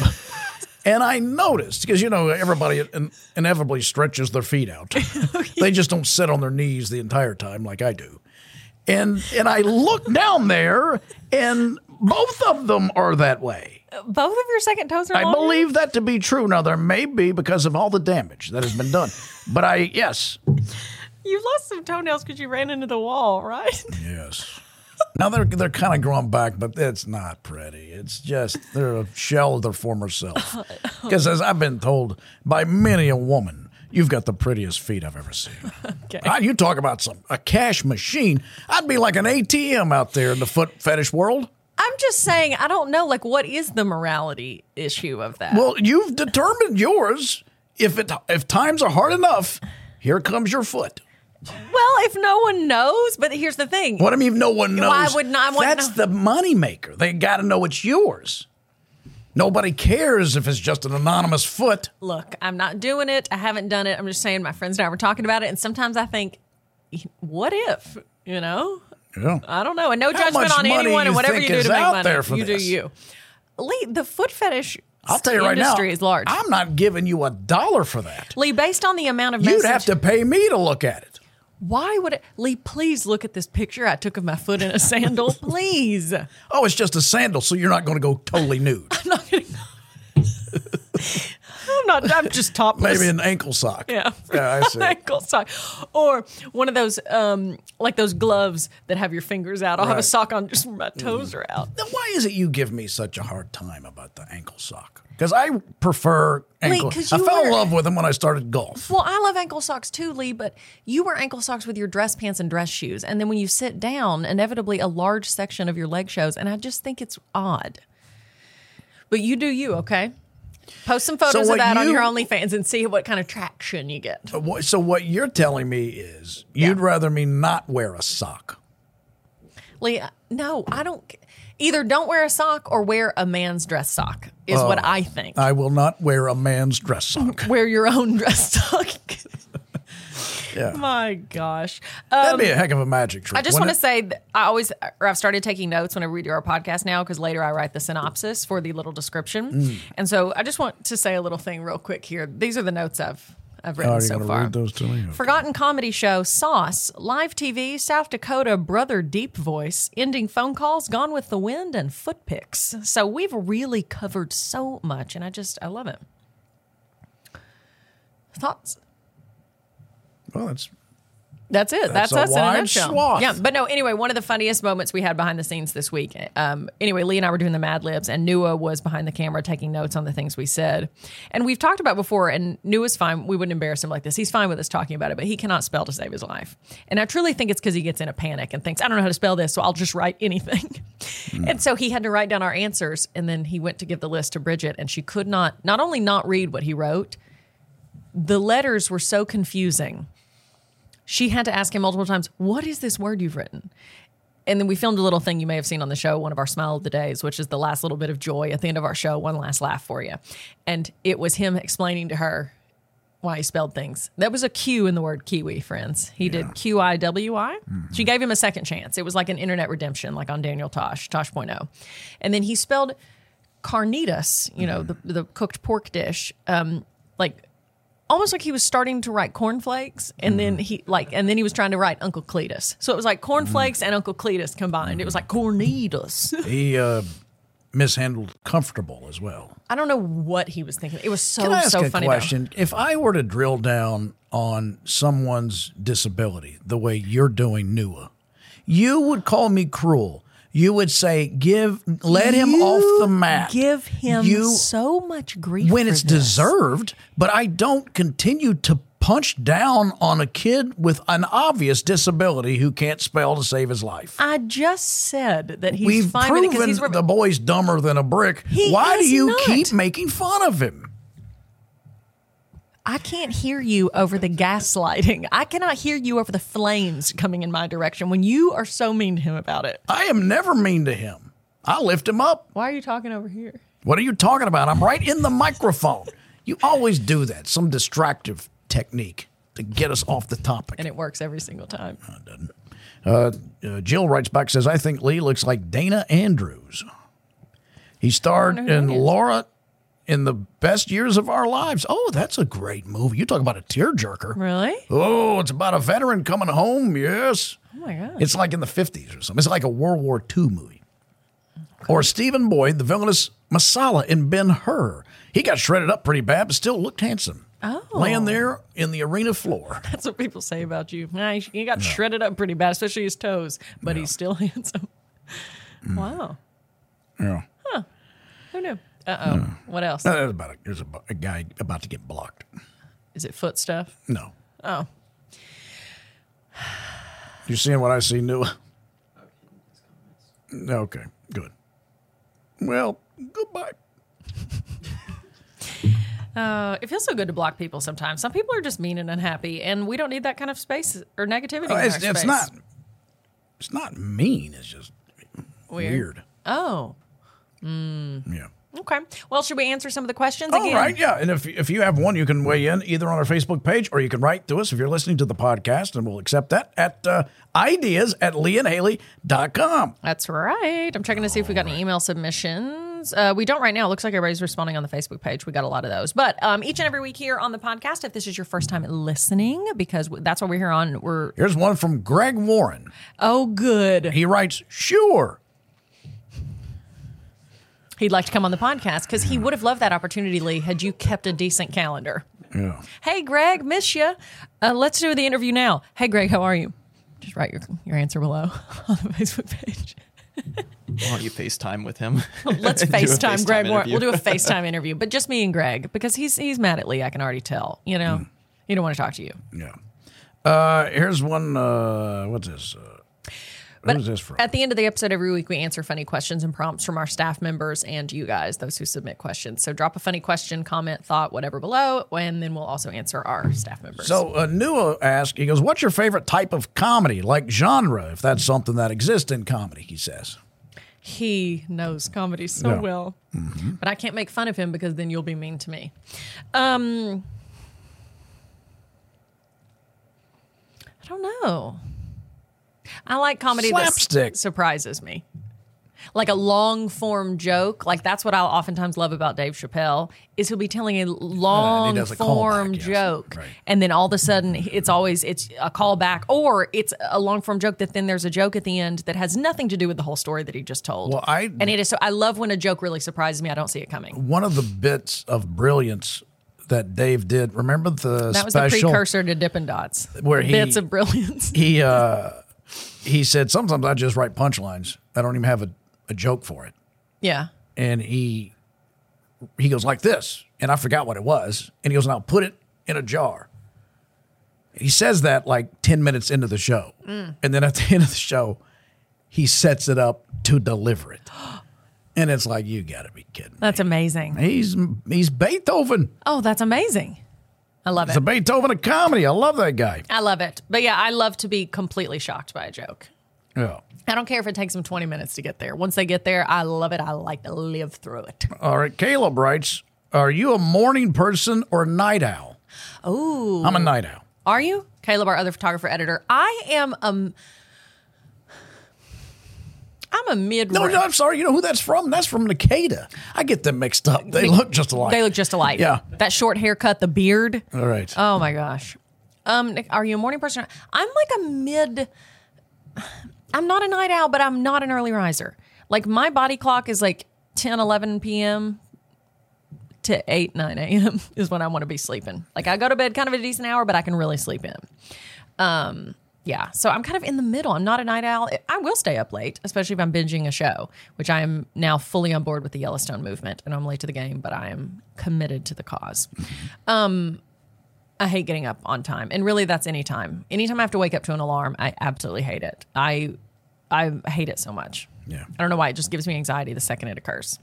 A: And I noticed because you know everybody in, inevitably stretches their feet out. They just don't sit on their knees the entire time like I do. And and I look down there, and both of them are that way.
B: both of your second toes are.
A: I
B: longer?
A: believe that to be true. Now there may be because of all the damage that has been done. But I yes,
B: you lost some toenails because you ran into the wall, right? <laughs>
A: Yes. Now they're they're kind of growing back, but it's not pretty. It's just they're a shell of their former self. Because as I've been told by many a woman, you've got the prettiest feet I've ever seen.
B: Okay.
A: Ah, you talk about some a cash machine. I'd be like an ATM out there in the foot fetish world.
B: I'm just saying. I don't know. Like, what is the morality issue of that?
A: Well, you've determined yours. If it if times are hard enough, here comes your foot.
B: Well, if no one knows, but here's the thing.
A: What I mean, if no one knows.
B: Why wouldn't I want to
A: That's
B: know?
A: the moneymaker. They got to know it's yours. Nobody cares if it's just an anonymous foot.
B: Look, I'm not doing it. I haven't done it. I'm just saying. My friends and I were talking about it, and sometimes I think, what if? You know,
A: Yeah.
B: I don't know. And no
A: How
B: judgment
A: much
B: on
A: money
B: anyone
A: you
B: and whatever
A: think
B: you do
A: is
B: to make
A: out
B: money.
A: there for
B: you
A: this?
B: do you. Lee, the foot fetish
A: I'll tell you right now.
B: industry is large.
A: I'm not giving you a dollar for that.
B: Lee, based on the amount of
A: You'd
B: message,
A: have to pay me to look at it.
B: why would it, Lee? Please look at this picture I took of my foot in a
A: <laughs>
B: sandal. please, I'm
A: Oh, it's just a sandal, so you're not going to go totally
B: <laughs>
A: nude.
B: not. I'm just topless.
A: Maybe an ankle sock.
B: Yeah. <laughs>
A: Yeah, I see.
B: ankle sock, or one of those um, like those gloves that have your fingers out. I'll have a
A: Right.
B: sock on just where my toes are out.
A: Then why is it you give me such a hard time about the ankle sock? Because I prefer ankle.
B: 'cause
A: I
B: you
A: fell in
B: were-
A: love with them when I started golf.
B: Well, I love ankle socks too, Lee, but you wear ankle socks with your dress pants and dress shoes. And then when you sit down, inevitably a large section of your leg shows. And I just think it's odd. But you do you, okay? Post some photos
A: what
B: of that on
A: you- Oh.
B: your OnlyFans and see what kind of traction you get.
A: Wha- So what you're telling me is you'd rather me not wear a sock.
B: Lee, uh, no, I don't. Either don't wear a sock or wear a man's dress sock, is what I think.
A: I will not wear a man's dress
B: <laughs>
A: sock.
B: wear your own dress sock.
A: Yeah.
B: My gosh.
A: That'd be a heck of a magic trick.
B: um, I just want
A: wouldn't
B: to say that I always or I've started taking notes whenever we do our podcast now because later I write the synopsis for the little description,
A: Mm.
B: and so I just want to say a little thing real quick here. These are the notes I've I've
A: it?
B: written
A: Are you
B: so
A: gonna
B: far.
A: read those to me?
B: Forgotten comedy show Sauce, live TV, South Dakota brother deep voice, ending phone calls, Gone with the Wind, and foot picks. So we've really covered so much, and I just I love it. Thoughts?
A: Well, that's
B: That's it. That's,
A: That's a
B: us in a
A: wide
B: nutshell.
A: swath.
B: Yeah, but no. Anyway, one of the funniest moments we had behind the scenes this week. Um, anyway, Lee and I were doing the Mad Libs, and Nua was behind the camera taking notes on the things we said. And we've talked about before, and Nua's fine. We wouldn't embarrass him like this. He's fine with us talking about it, but he cannot spell to save his life. And I truly think it's because he gets in a panic and thinks, "I don't know how to spell this, so I'll just write <laughs> anything."
A: Hmm.
B: And so he had to write down our answers, and then he went to give the list to Bridget, and she could not not only not read what he wrote, the letters were so confusing she had to ask him multiple times, What is this word you've written? And then we filmed a little thing you may have seen on the show, one of our smile of the days, which is the last little bit of joy at the end of our show, one last laugh for you. And it was him explaining to her why he spelled things. That was a Q in the word Kiwi, friends. He did Q I W I. She gave him a second chance. It was like an internet redemption, like on Daniel Tosh, Tosh.0. And then he spelled carnitas, you know, the, the cooked pork dish, um, like almost like he was starting to write cornflakes and then he like and then he was trying to write Uncle Cletus. So it was like cornflakes and Uncle Cletus combined. It was like cornitas.
A: He uh, mishandled comfortable as well.
B: <laughs> I don't know what he was thinking. It was so
A: Can I ask
B: so
A: a
B: funny. though.
A: question? If I were to drill down on someone's disability the way you're doing Nua, you would call me cruel. You would say, "Give, let him
B: You
A: off the mat."
B: Give him
A: You-
B: so much grief
A: when
B: for
A: it's
B: this.
A: deserved, but I don't continue to punch down on a kid with an obvious disability who can't spell to save his life.
B: I just said that he's
A: We've
B: fine
A: proven
B: because he's
A: the boy's dumber than a brick.
B: He
A: Why do
B: is
A: you
B: not.
A: keep making fun of him?
B: I can't hear you over the gaslighting. I cannot hear you over the flames coming in my direction when you are so mean to him about it.
A: I am never mean to him. I lift him up.
B: Why are you talking over here?
A: What are you talking about? I'm right in the microphone. You always do that. Some distractive technique to get us off the topic.
B: And it works every single time.
A: Uh, uh, Jill writes back says, "I think Lee looks like Dana Andrews. He starred
B: I don't know who
A: in
B: that is.
A: Laura in the best years of our lives. Oh, that's a great movie. You talk about a tearjerker.
B: Really?
A: Oh, it's about a veteran coming home. Yes,
B: Oh my god.
A: it's like in the fifties or something. It's like a World War II movie." Or Stephen Boyd, the villainous Masala in Ben Hur. He got shredded up pretty bad, but still looked handsome.
B: Oh.
A: Laying there in the arena
B: <laughs>
A: floor.
B: That's what people say about you. Nah, he- he got shredded up pretty bad, especially his toes, but he's still <laughs> handsome.
A: Mm.
B: Wow.
A: Yeah.
B: Who knew? Uh oh. What else?
A: Uh, There's about a, there's a, bu- a guy about to get blocked.
B: Is it foot stuff?
A: No.
B: Oh.
A: <sighs> You seeing what I see, new? Okay, good. Well, goodbye.
B: Uh, it feels so good to block people sometimes. Some people are just mean and unhappy, and we don't need that kind of space or negativity. in
A: Oh, it's,
B: our
A: it's
B: space.
A: not. It's not mean. It's just weird.
B: Oh,
A: Yeah.
B: okay. Well, should we answer some of the questions
A: All
B: again?
A: right. Yeah. And if if you have one, you can weigh in either on our Facebook page or you can write to us if you're listening to the podcast, and we'll accept that at uh, ideas at leeandhaley.com.
B: That's right. I'm checking to see if we got any email submissions. Uh, we don't right now. It looks like everybody's responding on the Facebook page. We got a lot of those. But um, each and every week here on the podcast, if this is your first time listening, because that's what we're here on, we're,
A: Here's one from Greg Warren.
B: oh, good.
A: He writes, "Sure,
B: He'd like to come on the podcast because he would have loved that opportunity, Lee, had you kept a decent calendar.
A: yeah,
B: Hey, Greg, miss you. Uh, let's do the interview now. Hey, Greg, how are you? Just write your, your answer below <laughs> on the Facebook page.
C: Why don't you FaceTime with him?
B: <laughs> Let's
C: <laughs> Do a
B: FaceTime Greg Warren.
C: interview.
B: We'll do a FaceTime interview, but just me and Greg because he's he's mad at Lee. I can already tell. You
C: Hmm.
B: know, he don't want to talk to you.
A: yeah." Uh, here's one. Uh, what's this? Uh,
B: But
A: who's this from?
B: At the end of the episode every week, we answer funny questions and prompts from our staff members and you guys, those who submit questions. So drop a funny question, comment, thought, whatever below, and then we'll also answer our staff members.
A: So uh, Nua asked, he goes, "What's your favorite type of comedy, like genre, if that's something that exists in comedy?" He says,
B: he knows comedy so
A: Yeah. Mm-hmm.
B: well, but I can't make fun of him because then you'll be mean to me. Um, I don't know. I like comedy that
A: Slapstick.
B: s- surprises me. Like a long form joke, like that's what I oftentimes love about Dave Chappelle is he'll be telling a long
A: does a
B: form
A: callback, yes.
B: joke,
A: Right.
B: and then all of a sudden it's always it's a callback or it's a long form joke that then there's a joke at the end that has nothing to do with the whole story that he just told.
A: "Well, I
B: and it is so I love when a joke really surprises me. I don't see it coming.
A: one of the bits of brilliance that Dave did. Remember the
B: That was the
A: special
B: precursor to Dippin' Dots,
A: Where he-
B: bits of brilliance. <laughs>
A: he uh, he said, "Sometimes I just write punchlines. I don't even have a, a joke for it."
B: yeah,
A: And he he goes like this, and I forgot what it was, and he goes, "Now put it in a jar." He says that like ten minutes into the show, and then at the <laughs> end of the show, he sets it up to deliver it, <gasps> and it's like you got to be kidding.
B: that's amazing.
A: He's he's Beethoven.
B: Oh, that's amazing. I love it.
A: It's a Beethoven of comedy. I love that guy.
B: I love it. But yeah, I love to be completely shocked by a joke.
A: Yeah.
B: I don't care if it takes them 20 minutes to get there. Once they get there, I love it. I like to live through it.
A: All right, Caleb writes, "Are you a morning person or night owl?"
B: Oh,
A: I'm a night owl.
B: Are you? Caleb, our other photographer editor. I am um I'm a mid
A: Oh, No, no, I'm sorry. You know who that's from? That's from Nikita. I get them mixed up. They look just alike.
B: They look just alike.
A: Yeah.
B: That short haircut, the beard.
A: All right.
B: Oh my gosh. Um Nick, are you a morning person? I'm like a mid I'm not a night owl, but I'm not an early riser. Like my body clock is like 10, 11 p.m. to 8, 9 a.m. <laughs> is when I want to be sleeping. Like I go to bed kind of at a decent hour, but I can really sleep in. Um, yeah. So I'm kind of in the middle. I'm not a night owl. I will stay up late, especially if I'm binging a show, which I am now fully on board with the Yellowstone movement. And I'm late to the game, but I am committed to the cause. Um, I hate getting up on time. And really that's any time. Anytime I have to wake up to an alarm, I absolutely hate it. I I hate it so much.
A: Yeah.
B: I don't know why. It just gives me anxiety the second it occurs.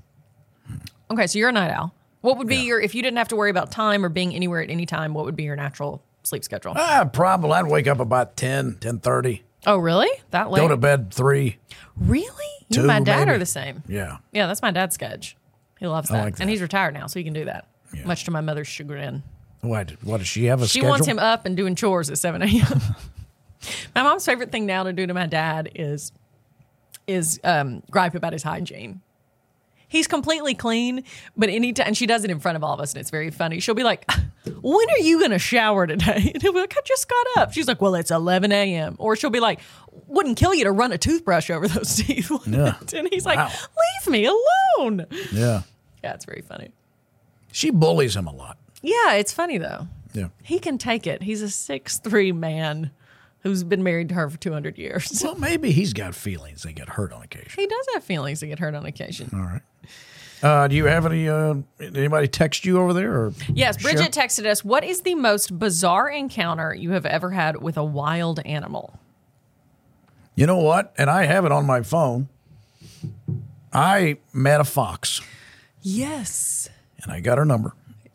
B: Okay, so you're a night owl. What would be your if you didn't have to worry about time or being anywhere at any time, what would be your natural sleep schedule?
A: Ah, probably. I'd wake up about 10, 10.30.
B: oh, really? That late?
A: Go to bed 3.
B: Really? You
A: Two,
B: and my dad
A: maybe.
B: are the same.
A: Yeah.
B: Yeah, that's my dad's sketch. He loves that.
A: like that.
B: And he's retired now, so he can do that. Much to my mother's chagrin.
A: What? What does she have a
B: She
A: schedule?
B: wants him up and doing chores at 7 a.m. <laughs> my mom's favorite thing now to do to my dad is is um, gripe about his hygiene. He's completely clean, but anytime and she does it in front of all of us, and it's very funny. She'll be like, "When are you gonna shower today?" <laughs> And he'll be like, "I just got up." She's like, "Well, it's 11 a.m." Or she'll be like, "Wouldn't kill you to run a toothbrush over those <laughs> teeth." wouldn't
A: Yeah.
B: it?" And he's like,
A: Wow.
B: "Leave me alone."
A: Yeah.
B: Yeah, it's very funny.
A: She bullies him a lot.
B: Yeah, it's funny though.
A: Yeah.
B: He can take it. He's a six three man who's been married to her for 200 years. <laughs>
A: Well, maybe he's got feelings. They get hurt on occasion.
B: He does have feelings that get hurt on occasion.
A: Uh, do you have any? Uh, anybody text you over there? Or
B: Yes, Bridget texted us, What is the most bizarre encounter you have ever had with a wild animal?
A: You know what? And I have it on my phone. I met a fox,
B: Yes.
A: and I got her number.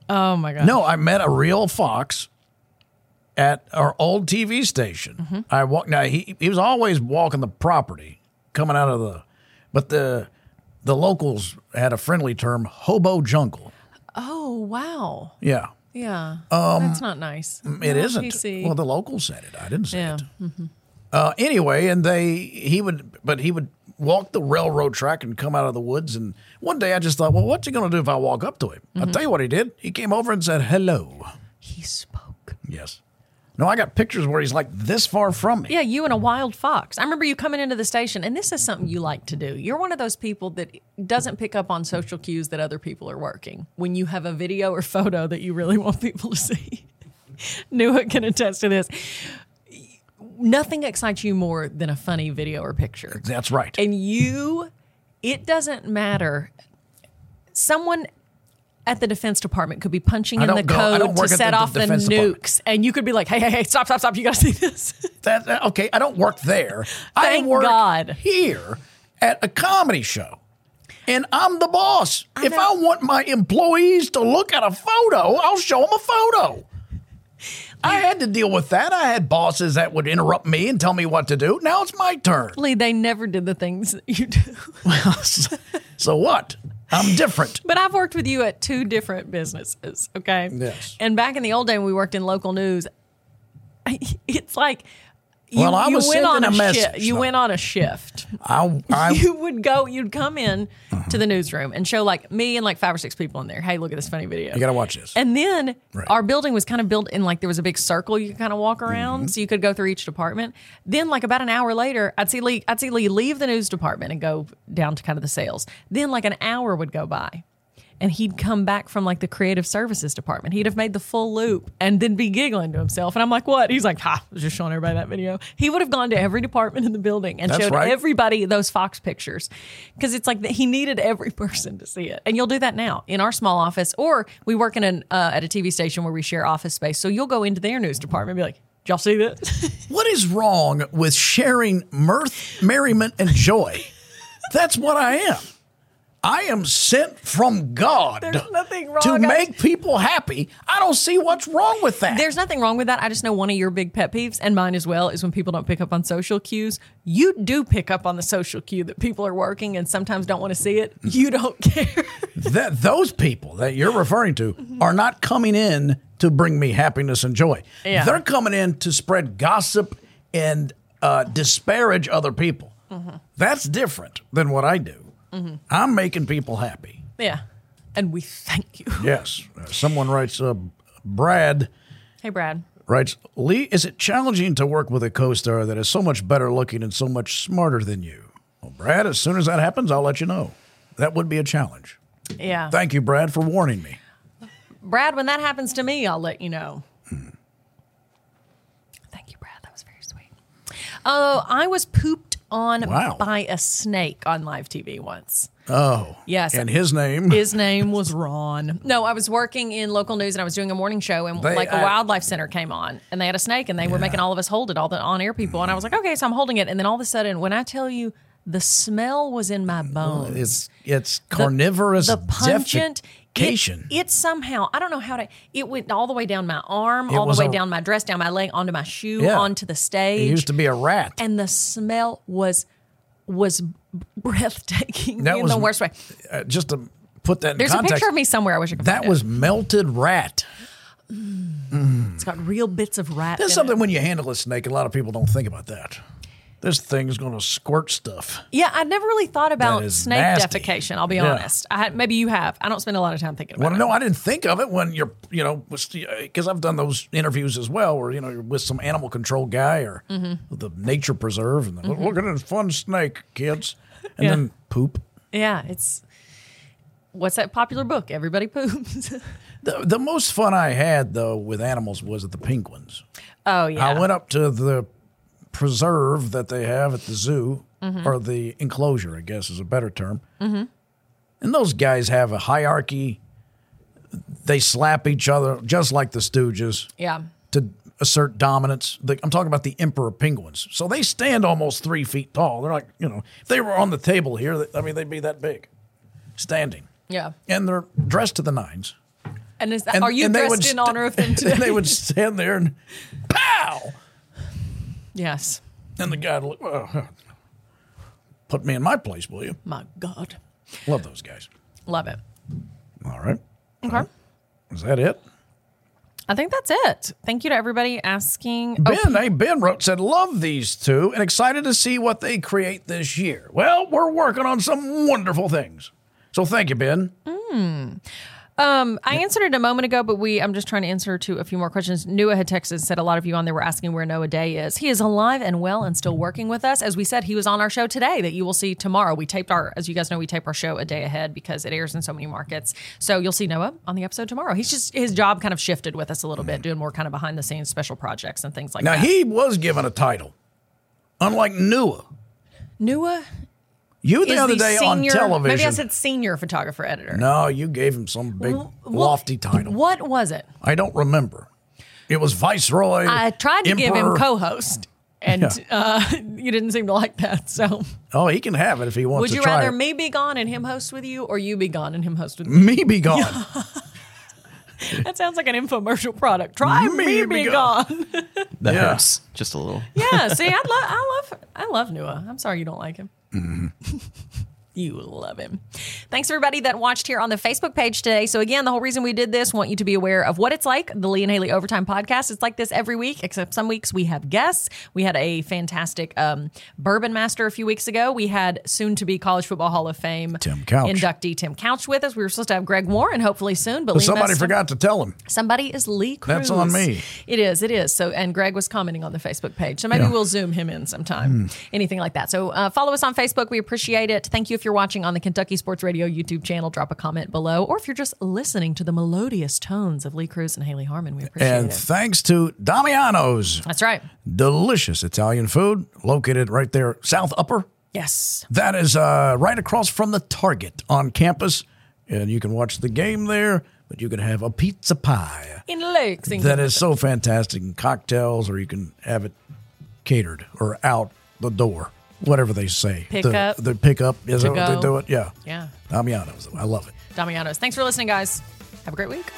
B: Oh my God.
A: No, I met a real fox at our old TV station. I walked. Now he he was always walking the property, coming out of the, but the the locals had a friendly term, hobo jungle.
B: Oh, wow.
A: Yeah,
B: Yeah. Um, That's not nice.
A: it not
B: PC.
A: Well, the locals said it. I didn't say
B: Oh, yeah.
A: it. Uh, anyway, and they he would, but he would walk the railroad track and come out of the woods. And one day I just thought, well, what's he going to do if I walk up to him? I'll tell you what he did. He came over and said hello.
B: He spoke.
A: Yes. No, I got pictures where he's like this far from me.
B: Yeah, you and a wild fox. I remember you coming into the station, and this is something you like to do. You're one of those people that doesn't pick up on social cues that other people are working when you have a video or photo that you really want people to see. <laughs> Newick can attest to this. Nothing excites you more than a funny video or picture.
A: That's right.
B: And you, it doesn't matter. Someone at the Defense Department could be punching
A: I
B: in the
A: don't go- I
B: code
A: don't
B: to
A: work at
B: set
A: the
B: off the
A: Defense Department.
B: nukes, and you could be like, hey, hey, hey, stop, stop, stop, you gotta see this.
A: That, that- okay, I don't work there. I
B: Thank
A: work
B: God.
A: here at a comedy show. And I'm the boss. if
B: know.
A: I want my employees to look at a photo, I'll show them a photo. I had to deal with that. I had bosses that would interrupt me and tell me what to do. Now it's my
B: <laughs>
A: turn. <laughs>
B: Thankfully, they never did the things that you do. <laughs>
A: so what? I'm different.
B: But I've worked with you at two different businesses, okay?
A: Yes.
B: And back in the old day when we worked in local news, <laughs> it's like you,
A: Well, I
B: you
A: was
B: went on
A: sending a
B: a shi-
A: message,
B: you
A: though.
B: went on a shift.
A: I, I
B: <laughs>
A: Uh-huh.
B: you would go, you'd come in to the newsroom and show like me and like five or six people in there. Hey, look at this funny video.
A: you got to watch this.
B: And then
A: Right.
B: our building was kind of built in like there was a big circle you could kind of walk around, so you could go through each department. Then, like about an hour later, I'd see Lee, I'd see Lee leave the news department and go down to kind of the sales. Then, like an hour would go by, and he'd come back from like the creative services department. He'd have made the full loop and then be giggling to himself. And I'm like, "What?" He's like, "Ha!" I was just showing everybody that video. He would have gone to every department in the building and
A: That's
B: showed
A: right.
B: everybody those Fox pictures because it's like that he needed every <laughs> person to see it. And you'll do that now in our small office, or we work in an uh, at a TV station where we share office space. So you'll go into their news department and be like, "Did "Y'all see this?" <laughs>
A: What is wrong with sharing mirth, merriment, and joy? That's what I am. I am sent from God
B: There's nothing wrong.
A: to
B: I-
A: make people happy. I don't see what's wrong with that.
B: There's nothing wrong with that. I just know one of your big pet peeves, and mine as well, is when people don't pick up on social cues. You do pick up on the social cue that people are working and sometimes don't want to see it. You don't <laughs> care.
A: that those people that you're referring to are not coming in to bring me happiness and joy.
B: Yeah.
A: They're coming in to spread gossip and uh, disparage other people.
B: Mm-hmm.
A: That's different than what I do. I'm making people happy.
B: Yeah. And we thank you.
A: Yes. Uh, Someone writes, uh, Brad
B: Hey, Brad.
A: writes, Lee, is it challenging to work with a co star that is so much better looking and so much smarter than you? Well, Brad, as soon as that happens, I'll let you know. That would be a challenge.
B: Yeah.
A: Thank you, Brad, for warning me.
B: Brad, when that happens to me, I'll let you know. Thank you, Brad. That was very sweet. Oh, I was pooped on
A: Wow.
B: by a snake on live TV once.
A: Oh.
B: Yes.
A: And his name.
B: His name was Ron. No, I was working in local news and I was doing a morning show, and
A: They-
B: like a
A: I-
B: wildlife center came on, and they had a snake, and they were making all of us hold it, all the on air people, and I was like, okay, so I'm holding it, and then all of a sudden, when I tell you, the smell was in my bones.
A: It's it's carnivorous
B: the pungent
A: defecation.
B: It, it somehow I don't know how to. It went all the way down my arm, all
A: was
B: the way
A: a-
B: down my dress, down my leg, onto my shoe,
A: Yeah.
B: onto the
A: It
B: stage,
A: used to be a rat.
B: and the smell was was breathtaking
A: That
B: in
A: was-
B: the worst way.
A: Uh, just to put that in
B: There's
A: context,
B: a picture of me somewhere. I wish I could.
A: that
B: find
A: was melted rat.
B: it. it's got real bits of rat.
A: That's
B: in
A: something
B: It.
A: when you handle a snake. A lot of people don't think about that. This thing's going to squirt stuff.
B: Yeah, I never really thought about
A: is
B: snake
A: nasty.
B: defecation. I'll be
A: Yeah.
B: honest. I had, maybe you have. I don't spend a lot of time thinking about
A: Well,
B: it.
A: no, I didn't think of it when you're, you know, because I've done those interviews as well, where you know you're with some animal control guy or
B: Mm-hmm.
A: the nature preserve, and they're, look at this fun snake, kids, and
B: Yeah.
A: then poop.
B: Yeah, it's what's that popular book? Everybody poops. <laughs>
A: The, the most fun I had though with animals was at the penguins.
B: oh yeah.
A: I went up to the preserve that they have at the zoo,
B: Mm-hmm.
A: or the enclosure, I guess is a better term. And those guys have a hierarchy. They slap each other just like the Stooges
B: yeah.
A: to assert dominance. The, I'm talking about the emperor penguins. So they stand almost three feet tall. They're like, you know, if they were on the table here, they- I mean, they'd be that big, standing.
B: Yeah.
A: And they're dressed to the nines.
B: And is that,
A: And-
B: are you
A: and they would
B: dressed in
A: st-
B: honor of them
A: <laughs>
B: too?
A: And they would stand there and pow.
B: yes.
A: And the guy looked, oh, put me in my place, will you?
B: My God.
A: Love those guys.
B: Love it.
A: All right.
B: Okay.
A: Is that it?
B: I think that's it. Thank you to everybody asking.
A: Ben,
B: Oh,
A: hey, Ben wrote, said, love these two and excited to see what they create this year. Well, we're working on some wonderful things. So thank you, Ben.
B: um, I answered it a moment ago, but we I'm just trying to answer to a few more questions. Nua had texted and said a lot of you on there were asking where Noah Day is. He is alive and well and still working with us. As we said, he was on our show today that you will see tomorrow. We taped our, as you guys know, we tape our show a day ahead because it airs in so many markets. So you'll see Noah on the episode tomorrow. He's just his job kind of shifted with us a little bit, doing more kind of behind the scenes special projects and things like
A: Mm-hmm. Now,
B: that.
A: he was given a title, unlike Nua.
B: Nua
A: You the
B: is
A: other
B: the
A: day on
B: senior,
A: television.
B: Maybe I said senior photographer editor.
A: no, you gave him some big,
B: Well,
A: lofty title.
B: What was it?
A: I don't remember. It was Viceroy.
B: I tried to give him
A: Emperor.
B: co-host, and uh, <laughs> you didn't seem to like that. So,
A: Oh, he can have it if he wants
B: would
A: to
B: you
A: try
B: rather
A: it.
B: me be gone and him host with you, or you be gone and him host with me?
A: Me be gone.
B: <laughs> That sounds like an infomercial product. Try
A: Me
B: me, be,
A: be
B: gone.
C: That
A: Yeah.
C: hurts just a little.
B: yeah. See, I love, I love, I love Nua. I'm sorry you don't like him.
A: Mm-hmm.
B: <laughs> You love him. Thanks everybody that watched here on the Facebook page today. So again, the whole reason we did this, want you to be aware of what it's like. The Lee and Haley Overtime Podcast. It's like this every week, except some weeks we have guests. We had a fantastic um, bourbon master a few weeks ago. We had soon to be College Football Hall of Fame
A: Tim Couch.
B: inductee Tim Couch with us. We were supposed to have Greg Warren hopefully soon, but Lee
A: Somebody
B: messed up.
A: forgot to tell him.
B: Somebody is Lee Cruz.
A: That's on me.
B: It is. It is. So, and Greg was commenting on the Facebook page. So maybe
A: Yeah. Hmm.
B: we'll zoom him in sometime. Anything like that. So uh, follow us on Facebook. We appreciate it. Thank you if you're watching on the Kentucky Sports Radio YouTube channel. Drop a comment below, or if you're just listening to the melodious tones of Lee Cruz and Haley Harmon, we appreciate
A: And
B: it.
A: thanks to Damiano's
B: That's right.
A: delicious Italian food located right there, South Upper.
B: Yes.
A: That is uh, right across from the Target on campus. And you can watch the game there, but you can have a pizza pie.
B: In Lexington.
A: That is so fantastic. And cocktails, or you can have it catered or out the door, whatever they say.
B: Pick
A: the,
B: up.
A: The pickup. Is that what
B: go.
A: they do it? Yeah.
B: Yeah.
A: Damiano's. I love it.
B: Damianos. Thanks for listening, guys. Have a great week.